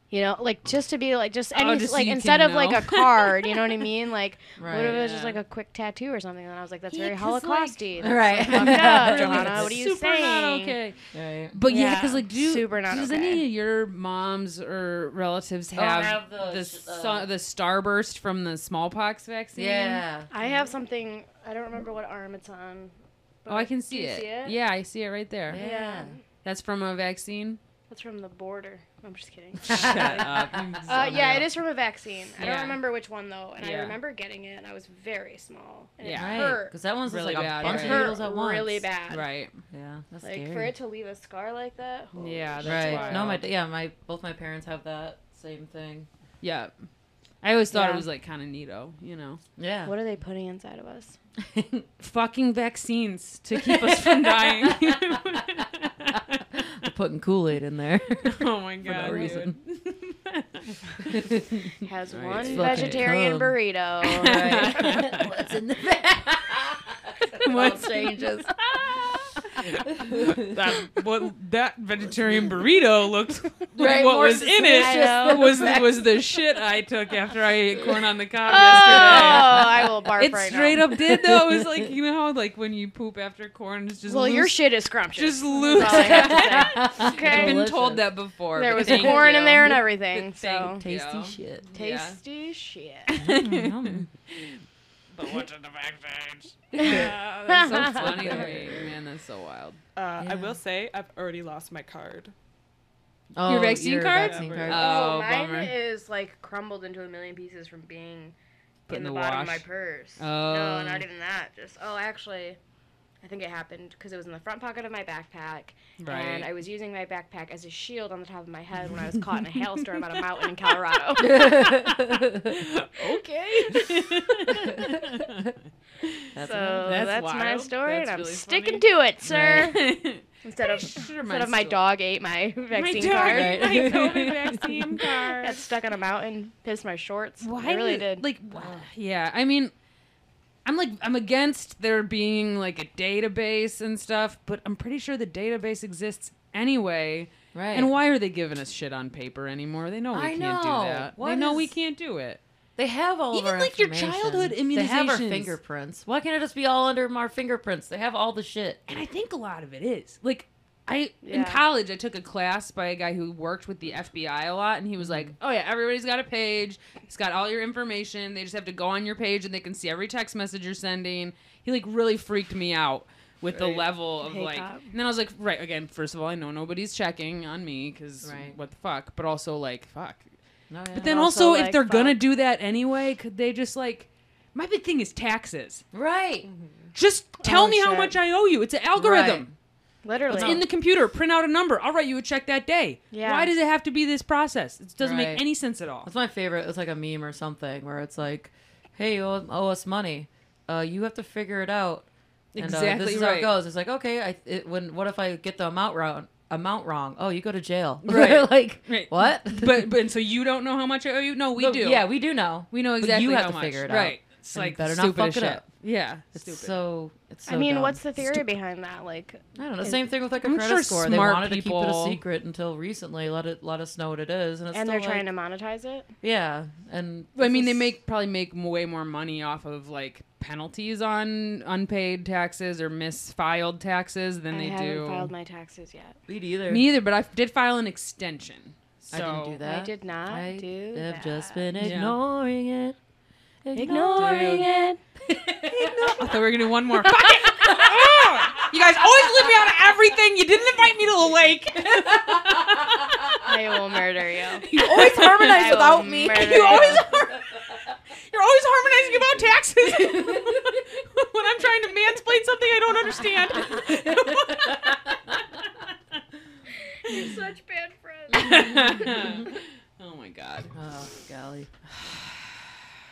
Speaker 1: you know, like just to be like just
Speaker 3: Oh,
Speaker 1: any
Speaker 3: just so
Speaker 1: like
Speaker 3: you
Speaker 1: instead
Speaker 3: can
Speaker 1: of like
Speaker 3: know.
Speaker 1: a card, you know
Speaker 3: [laughs]
Speaker 1: what I mean? Like what if it
Speaker 2: Right.
Speaker 1: was just
Speaker 3: Yeah.
Speaker 1: like a quick tattoo or something? And I was like, that's
Speaker 3: Yeah,
Speaker 1: very
Speaker 3: 'cause, like-
Speaker 1: Holocausty. That's
Speaker 2: Right.
Speaker 3: [laughs]
Speaker 1: fucked up,
Speaker 2: Really,
Speaker 1: Johanna. What are you
Speaker 3: super Not
Speaker 1: saying?
Speaker 3: okay.
Speaker 2: Right.
Speaker 3: But yeah,
Speaker 1: Yeah,
Speaker 3: because like, do
Speaker 1: super not
Speaker 3: does
Speaker 1: okay.
Speaker 3: any of your moms or relatives
Speaker 2: Oh,
Speaker 3: have,
Speaker 2: have
Speaker 3: the
Speaker 2: those,
Speaker 3: s-
Speaker 2: uh,
Speaker 3: the starburst from the smallpox vaccine?
Speaker 1: [laughs]
Speaker 2: Yeah. [laughs]
Speaker 1: I have something. I don't remember what arm it's on.
Speaker 3: Oh, I can
Speaker 1: Do
Speaker 3: see,
Speaker 1: you
Speaker 3: it.
Speaker 1: see it?
Speaker 3: Yeah, I see it right there.
Speaker 2: Yeah.
Speaker 3: That's from
Speaker 1: [laughs]
Speaker 3: a vaccine.
Speaker 1: That's from the border. No, I'm just kidding.
Speaker 3: Shut up. you
Speaker 1: Uh,
Speaker 3: son
Speaker 1: yeah,
Speaker 3: of
Speaker 1: it
Speaker 3: a-
Speaker 1: is from a vaccine. I don't
Speaker 3: Yeah.
Speaker 1: remember which one though, and I
Speaker 3: Yeah.
Speaker 1: remember getting it, and I was very small, and
Speaker 3: Yeah.
Speaker 1: it
Speaker 2: Right.
Speaker 1: hurt.
Speaker 2: Because that one's just,
Speaker 3: Really
Speaker 2: like
Speaker 3: bad,
Speaker 2: a bunch
Speaker 1: It
Speaker 3: right?
Speaker 2: of
Speaker 1: hurt
Speaker 2: needles at once.
Speaker 1: really bad.
Speaker 3: Right.
Speaker 2: Yeah. That's
Speaker 1: Like
Speaker 2: scary.
Speaker 1: for it to leave a scar like that. holy
Speaker 3: Yeah,
Speaker 1: shit.
Speaker 3: that's
Speaker 2: right. No, my
Speaker 3: wild.
Speaker 2: yeah, my both my parents have that same thing.
Speaker 3: Yeah. I always thought
Speaker 1: Yeah.
Speaker 3: it was like kind of neato, you know.
Speaker 2: Yeah. [laughs]
Speaker 1: What are they putting inside of
Speaker 3: [laughs]
Speaker 1: us?
Speaker 3: Fucking vaccines to keep us from dying.
Speaker 2: [laughs] They're putting Kool Aid in
Speaker 3: [laughs]
Speaker 2: there.
Speaker 3: oh my
Speaker 2: For no
Speaker 3: god.
Speaker 2: reason.
Speaker 1: Has
Speaker 3: Right.
Speaker 1: one
Speaker 3: It's
Speaker 2: fucking
Speaker 1: vegetarian
Speaker 2: cum.
Speaker 3: [laughs]
Speaker 1: burrito.
Speaker 2: right. What's in the bag?
Speaker 3: What's-
Speaker 2: changes?
Speaker 3: dude. that what that vegetarian burrito
Speaker 4: [laughs]
Speaker 3: looked
Speaker 2: Right,
Speaker 3: what
Speaker 2: more
Speaker 3: was in it
Speaker 1: suspicious than
Speaker 3: was
Speaker 2: the
Speaker 3: was the shit I took after I ate corn on the cob
Speaker 1: [laughs] Oh, I will barf
Speaker 3: yesterday. It
Speaker 1: right
Speaker 3: straight
Speaker 1: now.
Speaker 3: up did though. It was like you know how like when you poop after corn it's just
Speaker 1: Well, your
Speaker 3: loose-
Speaker 1: shit is scrumptious.
Speaker 3: just loose.
Speaker 1: That's
Speaker 2: [laughs]
Speaker 1: all I
Speaker 3: [laughs]
Speaker 1: have to say.
Speaker 3: I've been
Speaker 2: Delicious.
Speaker 3: told that before.
Speaker 1: There
Speaker 3: but
Speaker 1: was
Speaker 3: [laughs] thank
Speaker 1: corn in
Speaker 3: you.
Speaker 1: there and everything. So
Speaker 3: Thank
Speaker 2: Tasty
Speaker 3: Yeah.
Speaker 2: shit.
Speaker 3: Yeah. [laughs] Mm-hmm.
Speaker 1: tasty shit.
Speaker 2: Yum,
Speaker 3: But what's in the backstage?
Speaker 1: [laughs]
Speaker 3: yeah, Oh, that's so funny to me. Man, that's so wild.
Speaker 4: Uh, I
Speaker 2: Yeah.
Speaker 4: will say I've already lost my card.
Speaker 2: Oh,
Speaker 3: vaccine card?
Speaker 2: vaccine
Speaker 4: Yeah,
Speaker 2: card.
Speaker 3: right.
Speaker 1: Oh,
Speaker 3: Oh,
Speaker 1: mine
Speaker 3: bummer.
Speaker 1: is like crumbled into a million pieces from being
Speaker 3: Put
Speaker 1: in
Speaker 3: in
Speaker 1: the,
Speaker 3: the
Speaker 1: bottom of my
Speaker 3: wash.
Speaker 1: purse.
Speaker 3: Oh.
Speaker 1: No, not even that. Just oh, actually, I think it happened because it was in the front pocket of my backpack, and I was using my backpack as a shield on the top of my head when I was caught
Speaker 3: [laughs]
Speaker 1: in a hailstorm on a mountain in Colorado. [laughs]
Speaker 3: [laughs]
Speaker 1: okay.
Speaker 2: That's
Speaker 1: so
Speaker 3: That's
Speaker 1: that's, my
Speaker 3: wild.
Speaker 1: story,
Speaker 3: That's
Speaker 1: and I'm
Speaker 3: really
Speaker 1: sticking
Speaker 3: funny.
Speaker 1: to it, [laughs] sir. Instead of
Speaker 3: Sure,
Speaker 1: instead of my
Speaker 3: story.
Speaker 1: dog ate
Speaker 3: [laughs]
Speaker 1: my vaccine
Speaker 3: dog
Speaker 1: card.
Speaker 3: ate
Speaker 2: my [laughs]
Speaker 3: COVID vaccine [laughs]
Speaker 1: [laughs]
Speaker 3: card.
Speaker 1: Got stuck on a mountain, pissed my shorts.
Speaker 3: Why
Speaker 1: I really did.
Speaker 3: Like, why- yeah. I mean, I'm like, I'm against there being like a database and stuff, but I'm pretty sure the database exists anyway.
Speaker 2: right.
Speaker 3: And why are they giving us shit on paper anymore? They know we
Speaker 2: I
Speaker 3: can't do
Speaker 2: know.
Speaker 3: that.
Speaker 2: What
Speaker 3: they know we
Speaker 2: is-
Speaker 3: can't do it.
Speaker 2: They have all
Speaker 3: Even,
Speaker 2: of our
Speaker 3: like, your
Speaker 2: information.
Speaker 3: childhood
Speaker 2: They have our
Speaker 3: immunizations.
Speaker 2: fingerprints. Why can't it just be all under our fingerprints? They have all the shit.
Speaker 3: and I think a lot of it is like I in
Speaker 1: Yeah.
Speaker 3: college I took a class by a guy who worked with the FBI a lot, and he was like, "Oh yeah, everybody's got a page. It's got all your information. They just have to go on your page, and they can see every text message you're sending." He like really freaked me out with the
Speaker 2: Right.
Speaker 3: level of
Speaker 1: Hey,
Speaker 3: like.
Speaker 1: cop.
Speaker 3: And then I was like, right again. First of all, I know nobody's checking on me because
Speaker 2: Right.
Speaker 3: what the fuck, but also like fuck.
Speaker 2: No, yeah.
Speaker 3: But then
Speaker 1: And
Speaker 3: also,
Speaker 1: also,
Speaker 3: if
Speaker 1: like,
Speaker 3: they're gonna
Speaker 1: fuck.
Speaker 3: do that anyway, could they just like? My big thing is taxes.
Speaker 2: right.
Speaker 3: Just tell
Speaker 1: Oh,
Speaker 3: me how
Speaker 1: shit.
Speaker 3: much I owe you. It's an algorithm.
Speaker 2: Right.
Speaker 1: Literally.
Speaker 3: It's in the computer. Print out a number. I'll write you a check that day.
Speaker 1: Yeah.
Speaker 3: Why does it have to be this process? It doesn't
Speaker 2: Right.
Speaker 3: make any sense at all.
Speaker 2: [laughs] That's my favorite. It's like a meme or something where it's like, "Hey, you owe, owe us money. Uh, you have to figure it out." And, uh,
Speaker 3: Exactly
Speaker 2: this is how
Speaker 3: right.
Speaker 2: it goes. It's like, okay, I it, when what if I get the amount wrong? Amount wrong? Oh, you go to jail. [laughs]
Speaker 3: Right.
Speaker 2: like
Speaker 3: Right.
Speaker 2: what?
Speaker 3: [laughs] But but so you don't know how much I owe you? No, we
Speaker 2: But,
Speaker 3: do.
Speaker 2: Yeah, we do know.
Speaker 3: we know
Speaker 2: But
Speaker 3: exactly.
Speaker 2: you have
Speaker 3: how
Speaker 2: to
Speaker 3: much.
Speaker 2: figure it out.
Speaker 3: Right. It's
Speaker 2: And you
Speaker 3: like
Speaker 2: better not
Speaker 3: stupid
Speaker 2: fuck
Speaker 3: as
Speaker 2: it
Speaker 3: shit.
Speaker 2: up.
Speaker 3: Yeah.
Speaker 2: It's
Speaker 3: stupid.
Speaker 2: so. It's so
Speaker 1: I mean,
Speaker 2: dumb.
Speaker 1: what's the theory
Speaker 2: Stupid.
Speaker 1: behind that? Like,
Speaker 2: I don't know.
Speaker 1: is-
Speaker 2: Same thing with like a
Speaker 3: I'm
Speaker 2: credit
Speaker 3: sure
Speaker 2: score. They
Speaker 3: smart
Speaker 2: wanted to keep it
Speaker 3: people-
Speaker 2: a secret until recently. Let it let us know what it is, and it's
Speaker 1: and
Speaker 2: still
Speaker 1: they're trying
Speaker 2: like-
Speaker 1: to monetize it.
Speaker 2: Yeah, and
Speaker 3: I mean, they
Speaker 2: this is-
Speaker 3: make probably make m- way more money off of like penalties on unpaid taxes or misfiled taxes than
Speaker 1: I
Speaker 3: they
Speaker 1: haven't
Speaker 3: do.
Speaker 1: filed my taxes yet.
Speaker 2: weed either.
Speaker 3: Me either, but I did file an extension. So
Speaker 2: I didn't do that.
Speaker 1: I did not
Speaker 2: I
Speaker 1: do
Speaker 2: have
Speaker 1: that.
Speaker 2: just been
Speaker 3: Yeah.
Speaker 2: ignoring it.
Speaker 1: ignoring it.
Speaker 3: I thought we were gonna do one more. Fuck it! Ah! You guys always leave me out of everything. You didn't invite me to the lake.
Speaker 1: [laughs] I will murder you.
Speaker 2: You
Speaker 3: [laughs]
Speaker 2: always harmonize
Speaker 1: I will
Speaker 2: without me.
Speaker 1: murder
Speaker 2: You always.
Speaker 3: You're always harmonizing about taxes when I'm trying to mansplain something I don't understand.
Speaker 1: [laughs] You're such bad friends.
Speaker 3: oh my god.
Speaker 2: [laughs] Oh golly. [sighs]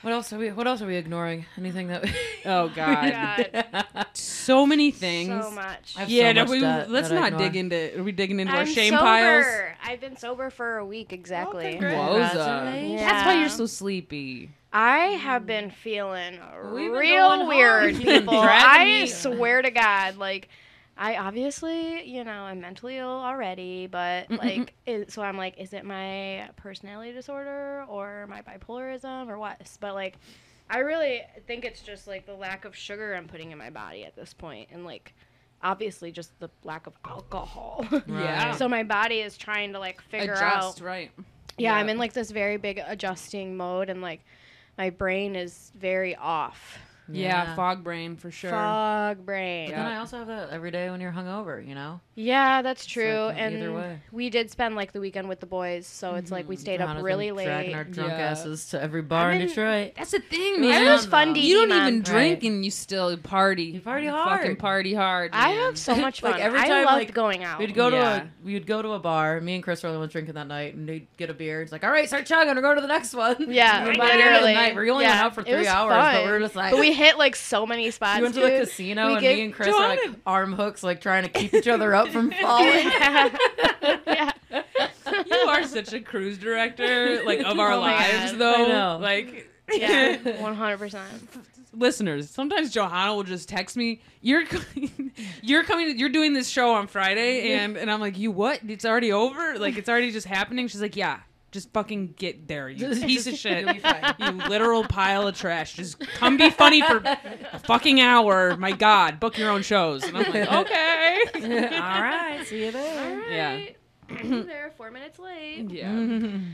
Speaker 2: What else are we? What else are we ignoring? Anything that [laughs] we?
Speaker 3: Oh god.
Speaker 1: [laughs] God,
Speaker 3: so many [laughs] things.
Speaker 1: so much.
Speaker 2: I've-
Speaker 3: yeah,
Speaker 2: So
Speaker 3: no,
Speaker 2: much
Speaker 3: we,
Speaker 2: that-
Speaker 3: let's
Speaker 2: that I
Speaker 3: not
Speaker 2: ignore.
Speaker 3: dig into. Are we digging into
Speaker 1: I'm
Speaker 3: our shame
Speaker 1: sober.
Speaker 3: piles?
Speaker 1: I've been sober for a week exactly.
Speaker 4: congrats.
Speaker 3: Wowza.
Speaker 2: Congratulations.
Speaker 1: Yeah.
Speaker 3: That's why you're so sleepy.
Speaker 1: I have been feeling
Speaker 2: We've been going
Speaker 1: real
Speaker 2: hard.
Speaker 1: weird,
Speaker 2: [laughs] You've been
Speaker 1: people.
Speaker 2: dragging
Speaker 1: I
Speaker 2: me-
Speaker 1: swear to God, like I obviously, you know, I'm mentally ill already, but
Speaker 2: Mm,
Speaker 1: like, it, so I'm like, is it my personality disorder or my bipolarism or what? But like, I really think it's just like the lack of sugar I'm putting in my body at this point, and like, obviously, just the lack of alcohol.
Speaker 3: Yeah.
Speaker 1: [laughs] so my body is trying to like figure out
Speaker 3: Adjust, right.
Speaker 1: yeah,
Speaker 4: Yeah.
Speaker 1: I'm in like this very big adjusting mode, and like my brain is very off.
Speaker 3: Yeah. fog brain for sure.
Speaker 1: Fog brain.
Speaker 2: But
Speaker 1: Yeah,
Speaker 2: then I also have that every day when you're hungover, you know?
Speaker 1: that's
Speaker 2: like,
Speaker 1: true.
Speaker 2: mm,
Speaker 1: and
Speaker 2: either way.
Speaker 1: we did spend like the weekend with the boys, so it's like we stayed
Speaker 2: Johanna's
Speaker 1: up
Speaker 2: been
Speaker 1: really late.
Speaker 2: Dragging our drunk
Speaker 3: Yeah.
Speaker 2: asses to every bar
Speaker 1: I
Speaker 2: in
Speaker 1: didn't-
Speaker 2: Detroit. That's the thing,
Speaker 1: man. was fun to
Speaker 2: to
Speaker 1: eat.
Speaker 3: You don't
Speaker 1: Mom.
Speaker 3: even
Speaker 2: Right.
Speaker 3: drink and you still party. You
Speaker 2: party
Speaker 3: Fucking
Speaker 2: hard.
Speaker 3: party hard.
Speaker 1: I
Speaker 3: man.
Speaker 1: have so much fun.
Speaker 2: [laughs] Like, every
Speaker 1: I
Speaker 2: time,
Speaker 1: loved
Speaker 2: like,
Speaker 1: going out.
Speaker 2: We'd go
Speaker 3: Yeah.
Speaker 2: to a we'd go to a bar. Me and Chris were the ones drinking that night, and they'd get a beer. It's like, all right, start chugging. We're going to the next one.
Speaker 1: [laughs] yeah,
Speaker 2: and by the end of the
Speaker 1: literally.
Speaker 2: night, we only
Speaker 1: yeah.
Speaker 2: went out for
Speaker 1: It
Speaker 2: three
Speaker 1: was
Speaker 2: hours, but
Speaker 1: fun.
Speaker 2: [laughs] we were just like,
Speaker 1: But we hit like so many spots.
Speaker 2: we went to the
Speaker 1: dude.
Speaker 2: casino,
Speaker 1: We
Speaker 2: and
Speaker 1: gave-
Speaker 2: me and Chris are like arm hooks, like trying to keep each other up from falling.
Speaker 1: [laughs] yeah. [laughs]
Speaker 2: [laughs]
Speaker 1: yeah.
Speaker 3: you are such a cruise director, like
Speaker 2: [laughs]
Speaker 3: of our
Speaker 1: Oh my
Speaker 3: lives,
Speaker 1: God.
Speaker 3: though.
Speaker 2: I know.
Speaker 3: Like,
Speaker 2: [laughs]
Speaker 1: Yeah, one hundred percent.
Speaker 3: [laughs] listeners, sometimes Johanna will just text me, "You're, co- [laughs] you're coming, you're doing this show on Friday," and and I'm like, "You what? It's already over? Like, it's already just happening?" She's like, "Yeah." Just fucking get
Speaker 2: [laughs]
Speaker 3: there, you
Speaker 2: Just-
Speaker 3: piece of shit.
Speaker 2: you'll be fine.
Speaker 3: You literal pile of trash. Just come be funny for a fucking hour. My God, book your own shows. And
Speaker 2: [laughs]
Speaker 3: I'm like, okay.
Speaker 2: all right, see you
Speaker 1: All
Speaker 2: there.
Speaker 1: right. [clears throat]
Speaker 3: Yeah.
Speaker 1: I'm there four minutes late.
Speaker 3: Yeah.
Speaker 2: Mm-hmm.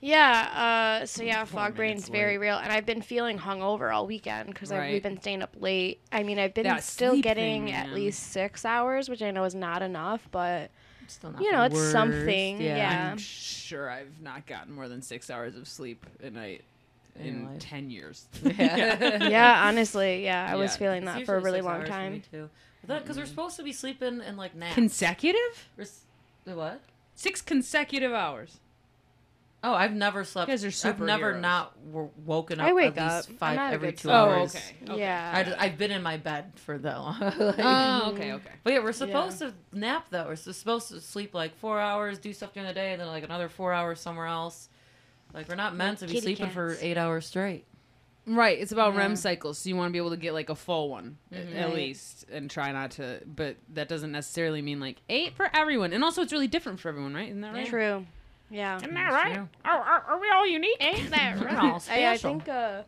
Speaker 1: Yeah. Uh, so yeah, fog brain's
Speaker 3: minutes
Speaker 1: very real, and I've been feeling hungover all weekend because
Speaker 3: Right.
Speaker 1: we've been staying up late. I mean, I've been
Speaker 3: That
Speaker 1: still
Speaker 3: sleep
Speaker 1: getting
Speaker 3: thing,
Speaker 1: at
Speaker 3: man.
Speaker 1: least six hours, which I know is not enough, but
Speaker 2: Still not
Speaker 1: You
Speaker 2: the
Speaker 1: know, it's
Speaker 2: worst.
Speaker 1: something, yeah.
Speaker 3: I'm sure I've not gotten more than six hours of sleep a night
Speaker 2: In
Speaker 3: in
Speaker 2: your life.
Speaker 3: ten [laughs] years.
Speaker 2: Yeah.
Speaker 1: yeah, honestly, yeah, I was
Speaker 3: Yeah,
Speaker 1: feeling
Speaker 2: It's
Speaker 1: that for a really
Speaker 2: usually six
Speaker 1: long
Speaker 2: hours for me,
Speaker 1: time. Mm-hmm.
Speaker 2: too. Because we're supposed to be sleeping and like naps.
Speaker 3: consecutive?
Speaker 2: We're s- the what?
Speaker 3: Six consecutive hours.
Speaker 2: Oh, I've never slept.
Speaker 3: You guys are
Speaker 2: I've never
Speaker 3: superheroes.
Speaker 2: not w- woken up.
Speaker 1: I wake
Speaker 2: at least
Speaker 1: up. I'm
Speaker 2: five
Speaker 1: not a
Speaker 2: every
Speaker 1: good
Speaker 2: two
Speaker 1: sleeper. Oh,
Speaker 2: hours. I
Speaker 1: Yeah.
Speaker 2: just, I've been in my bed for that long. [laughs] Like-
Speaker 3: Oh, okay, okay.
Speaker 2: But yeah, we're supposed to nap though. We're s- supposed to sleep like four hours, do stuff during the day, and then like another four hours somewhere else. Like we're not meant to be
Speaker 1: kitty
Speaker 2: sleeping for
Speaker 1: cats.
Speaker 2: eight hours
Speaker 3: [laughs]
Speaker 2: straight.
Speaker 3: Um, Right. It's about REM
Speaker 1: Yeah.
Speaker 3: cycles, so you want to be able to get like a full one a- at
Speaker 1: Right.
Speaker 3: least, and try not to. But that doesn't necessarily mean like eight for everyone. And also, it's really different for everyone, right? Isn't that right?
Speaker 1: True. Yeah.
Speaker 3: Isn't
Speaker 2: that right? Yeah.
Speaker 3: Are, are, are we all unique?
Speaker 1: Ain't that
Speaker 2: We're all
Speaker 1: I, I
Speaker 2: special.
Speaker 1: think. Uh,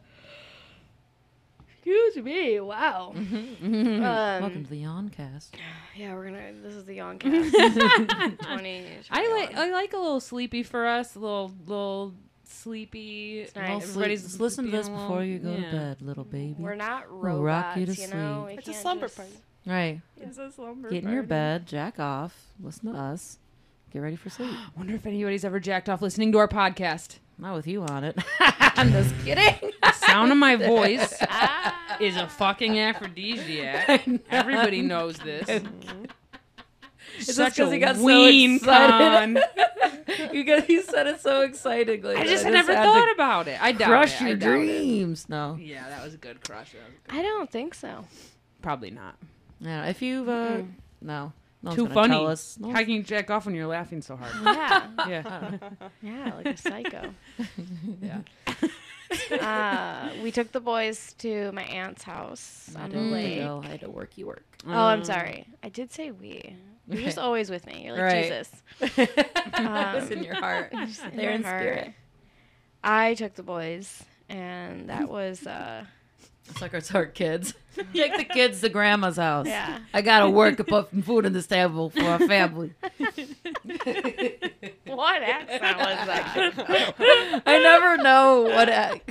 Speaker 1: excuse me. Wow. Um,
Speaker 2: [laughs] Welcome to the Yoncast.
Speaker 1: [laughs] Yeah, we're gonna. This is the Yoncast. Twenty.
Speaker 3: I like I like a little sleepy for us, a little little sleepy.
Speaker 1: nice.
Speaker 3: Well,
Speaker 1: Sleep-
Speaker 3: Everybody's
Speaker 2: listen to
Speaker 3: being
Speaker 2: this
Speaker 3: a little-
Speaker 2: before you go
Speaker 3: yeah.
Speaker 2: to bed, little baby.
Speaker 1: We're not
Speaker 2: We'll
Speaker 1: robots,
Speaker 2: rock
Speaker 1: you,
Speaker 2: you to
Speaker 1: know.
Speaker 2: sleep.
Speaker 1: We
Speaker 4: It's a
Speaker 1: can't [laughs]
Speaker 4: slumber
Speaker 1: just-
Speaker 4: party.
Speaker 2: right.
Speaker 3: It's a slumber
Speaker 2: Get in your
Speaker 3: party.
Speaker 2: bed, jack off, listen to us, get ready for
Speaker 3: [gasps]
Speaker 2: sleep.
Speaker 3: Wonder if anybody's ever jacked off listening to
Speaker 2: [laughs]
Speaker 3: our podcast.
Speaker 2: Not with you on it. I'm just kidding.
Speaker 3: [laughs] The sound of my voice
Speaker 1: Ah.
Speaker 3: is a
Speaker 2: [laughs]
Speaker 3: fucking aphrodisiac. Everybody knows this.
Speaker 2: It's just
Speaker 3: Such
Speaker 2: because
Speaker 3: a
Speaker 2: he got
Speaker 3: wean
Speaker 2: so excited. [laughs]
Speaker 3: con.
Speaker 2: you got he said it so excitedly.
Speaker 3: I
Speaker 2: that
Speaker 3: just never
Speaker 2: had
Speaker 3: thought
Speaker 2: to
Speaker 3: about it. I doubt
Speaker 2: crush
Speaker 3: it. I
Speaker 2: your
Speaker 3: doubt it.
Speaker 2: dreams. No,
Speaker 3: Yeah, that was a good crush. That was a good-
Speaker 1: I don't think so.
Speaker 3: Probably not.
Speaker 2: yeah, if you've uh, no, no one's
Speaker 3: Too
Speaker 2: gonna
Speaker 3: funny.
Speaker 2: Tell us. No
Speaker 3: How
Speaker 2: one's-
Speaker 3: can you jack off when you're laughing
Speaker 2: [laughs]
Speaker 3: so hard?
Speaker 1: [laughs] Yeah,
Speaker 3: yeah. [laughs]
Speaker 1: yeah, like a psycho. [laughs]
Speaker 2: [laughs]
Speaker 3: Yeah.
Speaker 1: Uh, we took the boys to my aunt's house
Speaker 2: I
Speaker 1: on the
Speaker 2: don't
Speaker 1: lake.
Speaker 2: know. I had to work. You work.
Speaker 1: Oh, I'm
Speaker 2: [laughs]
Speaker 1: sorry. I did say we. You're just
Speaker 2: Mm. Okay.
Speaker 1: always with me. You're like
Speaker 2: Right.
Speaker 1: Jesus.
Speaker 2: [laughs] it's
Speaker 3: Um,
Speaker 2: in your
Speaker 3: [laughs]
Speaker 2: heart.
Speaker 1: Just in
Speaker 2: They're
Speaker 1: my
Speaker 2: in
Speaker 1: heart.
Speaker 2: spirit.
Speaker 1: I took the boys, and that was
Speaker 2: [laughs]
Speaker 1: uh,
Speaker 2: It's like it's our [laughs] kids. Take the kids to grandma's house.
Speaker 1: yeah.
Speaker 2: I gotta
Speaker 3: [laughs]
Speaker 2: work to put food on this table for our family.
Speaker 1: What accent was
Speaker 2: [laughs]
Speaker 1: that?
Speaker 4: [laughs]
Speaker 2: I never know what ac-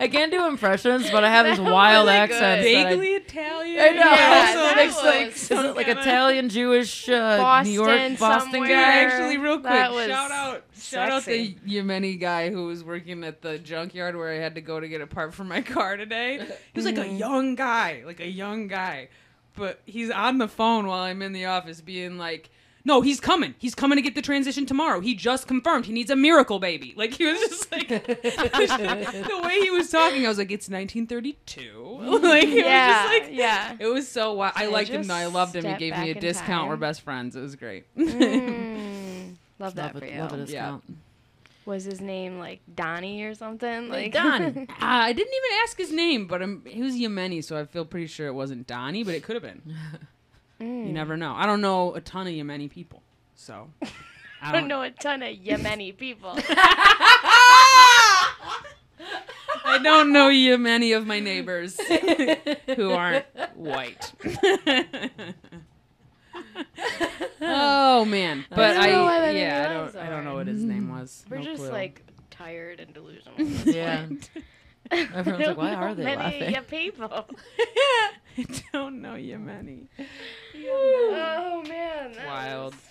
Speaker 2: I can't do impressions, but I have these
Speaker 1: That
Speaker 2: wild
Speaker 1: was
Speaker 2: accents.
Speaker 1: good.
Speaker 2: that I-
Speaker 3: Vaguely Italian.
Speaker 2: I know.
Speaker 1: Yeah,
Speaker 2: so
Speaker 1: that
Speaker 2: it's like,
Speaker 1: was
Speaker 2: is it like
Speaker 3: kinda-
Speaker 2: Italian, Jewish, uh,
Speaker 1: Boston,
Speaker 2: New York, Boston
Speaker 1: somewhere.
Speaker 3: Yeah,
Speaker 2: guy?
Speaker 3: actually, real quick,
Speaker 1: That was
Speaker 3: shout out, shout out the
Speaker 1: sexy.
Speaker 3: Yemeni guy who was working at the junkyard where I had to go to get a part for my [laughs] car today. He was like
Speaker 1: Mm-hmm.
Speaker 3: a young guy, like a young guy, but he's on the phone while I'm in the office, being like. No, he's coming. He's coming to get the transition tomorrow. He just confirmed he needs a miracle baby. [laughs] Like he was just like the way he was talking. I was like, it's 1932. [laughs]
Speaker 1: [laughs]
Speaker 3: like it
Speaker 1: yeah,
Speaker 3: was just like
Speaker 1: yeah.
Speaker 2: [laughs]
Speaker 3: it was so wild. I
Speaker 1: Can I
Speaker 3: liked him. though. I
Speaker 1: just
Speaker 3: loved him. He
Speaker 1: step
Speaker 3: gave me a
Speaker 1: back in
Speaker 3: discount. We're
Speaker 1: time?
Speaker 3: [laughs] best friends. It was great.
Speaker 2: [laughs]
Speaker 1: Mm, love that
Speaker 2: Love
Speaker 1: for
Speaker 2: it,
Speaker 1: you.
Speaker 2: love it.
Speaker 3: Yeah.
Speaker 2: discount.
Speaker 1: was his name like Donnie or something? Like [laughs]
Speaker 3: Don. Uh, I didn't even ask his name, but i he was Yemeni, so I feel pretty sure it wasn't Donnie, but it could have been.
Speaker 1: Mm.
Speaker 3: You never know. I don't know a ton of Yemeni people,
Speaker 1: [laughs]
Speaker 3: so
Speaker 1: I don't know a ton of Yemeni people.
Speaker 3: [laughs] I
Speaker 2: [laughs]
Speaker 3: don't know Yemeni of my neighbors who aren't
Speaker 2: [laughs]
Speaker 1: [laughs]
Speaker 3: white. oh man, but
Speaker 1: don't
Speaker 3: I,
Speaker 1: know why that made
Speaker 3: yeah,
Speaker 1: me
Speaker 3: I
Speaker 1: laugh
Speaker 3: don't,
Speaker 1: so
Speaker 3: I don't know
Speaker 1: hard.
Speaker 3: what his name was.
Speaker 1: We're
Speaker 3: No
Speaker 1: just
Speaker 3: clue. [laughs]
Speaker 1: like tired and delusional. at this
Speaker 2: Yeah.
Speaker 1: point.
Speaker 2: Everyone's
Speaker 1: I
Speaker 2: like,
Speaker 1: don't
Speaker 2: why
Speaker 1: know
Speaker 2: are they
Speaker 1: many
Speaker 2: laughing?
Speaker 1: ya people.
Speaker 3: [laughs] I don't know Yemeni.
Speaker 1: oh man, that
Speaker 3: Wild.
Speaker 1: was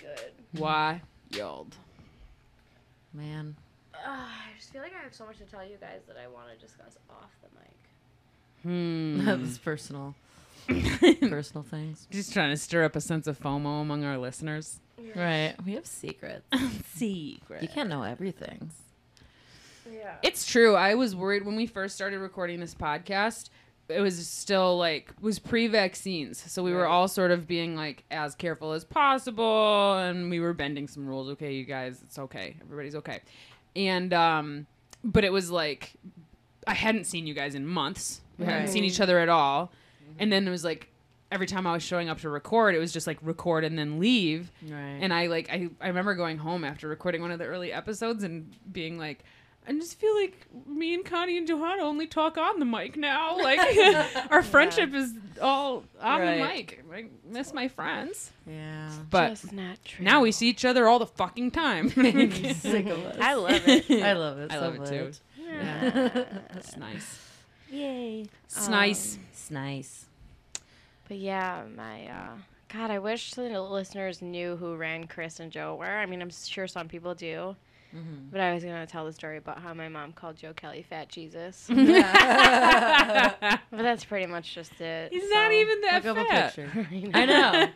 Speaker 1: Good.
Speaker 3: Why? Yelled.
Speaker 2: Man.
Speaker 1: Ugh, Ah, I just feel like I have so much to tell you guys that I want to discuss off the mic. [laughs]
Speaker 3: Hmm.
Speaker 2: That's
Speaker 3: [laughs]
Speaker 2: personal. personal things.
Speaker 3: just trying to stir up a sense of FOMO among our listeners.
Speaker 2: Right. We have [laughs] secrets.
Speaker 3: Secret.
Speaker 2: You can't know everything.
Speaker 1: Yeah.
Speaker 3: It's true. I was worried when we first started recording this podcast. It was still like it was pre-vaccines, so we were all sort of being like as careful as possible, and we were bending some rules. Okay, you guys, it's okay. Everybody's okay, and um, but it was like I hadn't seen you guys in months. We hadn't
Speaker 2: Right.
Speaker 3: seen each other at all, and then it was like every time I was showing up to record, it was just like record and then leave,
Speaker 2: Right.
Speaker 3: and I like I, I remember going home after recording one of the early episodes and being like, I just feel like me and Connie and Johanna only talk on the mic now. Like our friendship is all on the
Speaker 2: Right.
Speaker 3: mic. I miss my friends.
Speaker 2: yeah. [laughs]
Speaker 3: But
Speaker 1: just not true.
Speaker 3: now we see each other all the fucking time. [laughs]
Speaker 2: Sick of us.
Speaker 1: I love it.
Speaker 2: I love it.
Speaker 3: I
Speaker 2: so
Speaker 3: love it too.
Speaker 2: much.
Speaker 3: That's nice.
Speaker 1: Yay.
Speaker 3: It's nice.
Speaker 2: It's nice.
Speaker 1: But yeah, my uh, God, I wish the listeners knew who Ran, Chris, and Joe were. I mean, I'm sure some people do.
Speaker 2: Mm-hmm.
Speaker 1: But I was gonna tell the story about how my mom called Joe Kelly Fat Jesus.
Speaker 2: [laughs]
Speaker 1: but [laughs] that's pretty much just it.
Speaker 3: He's not
Speaker 1: so-
Speaker 3: even that
Speaker 2: Look up a
Speaker 3: fat.
Speaker 2: picture.
Speaker 1: I [laughs]
Speaker 2: I
Speaker 1: know.
Speaker 2: know.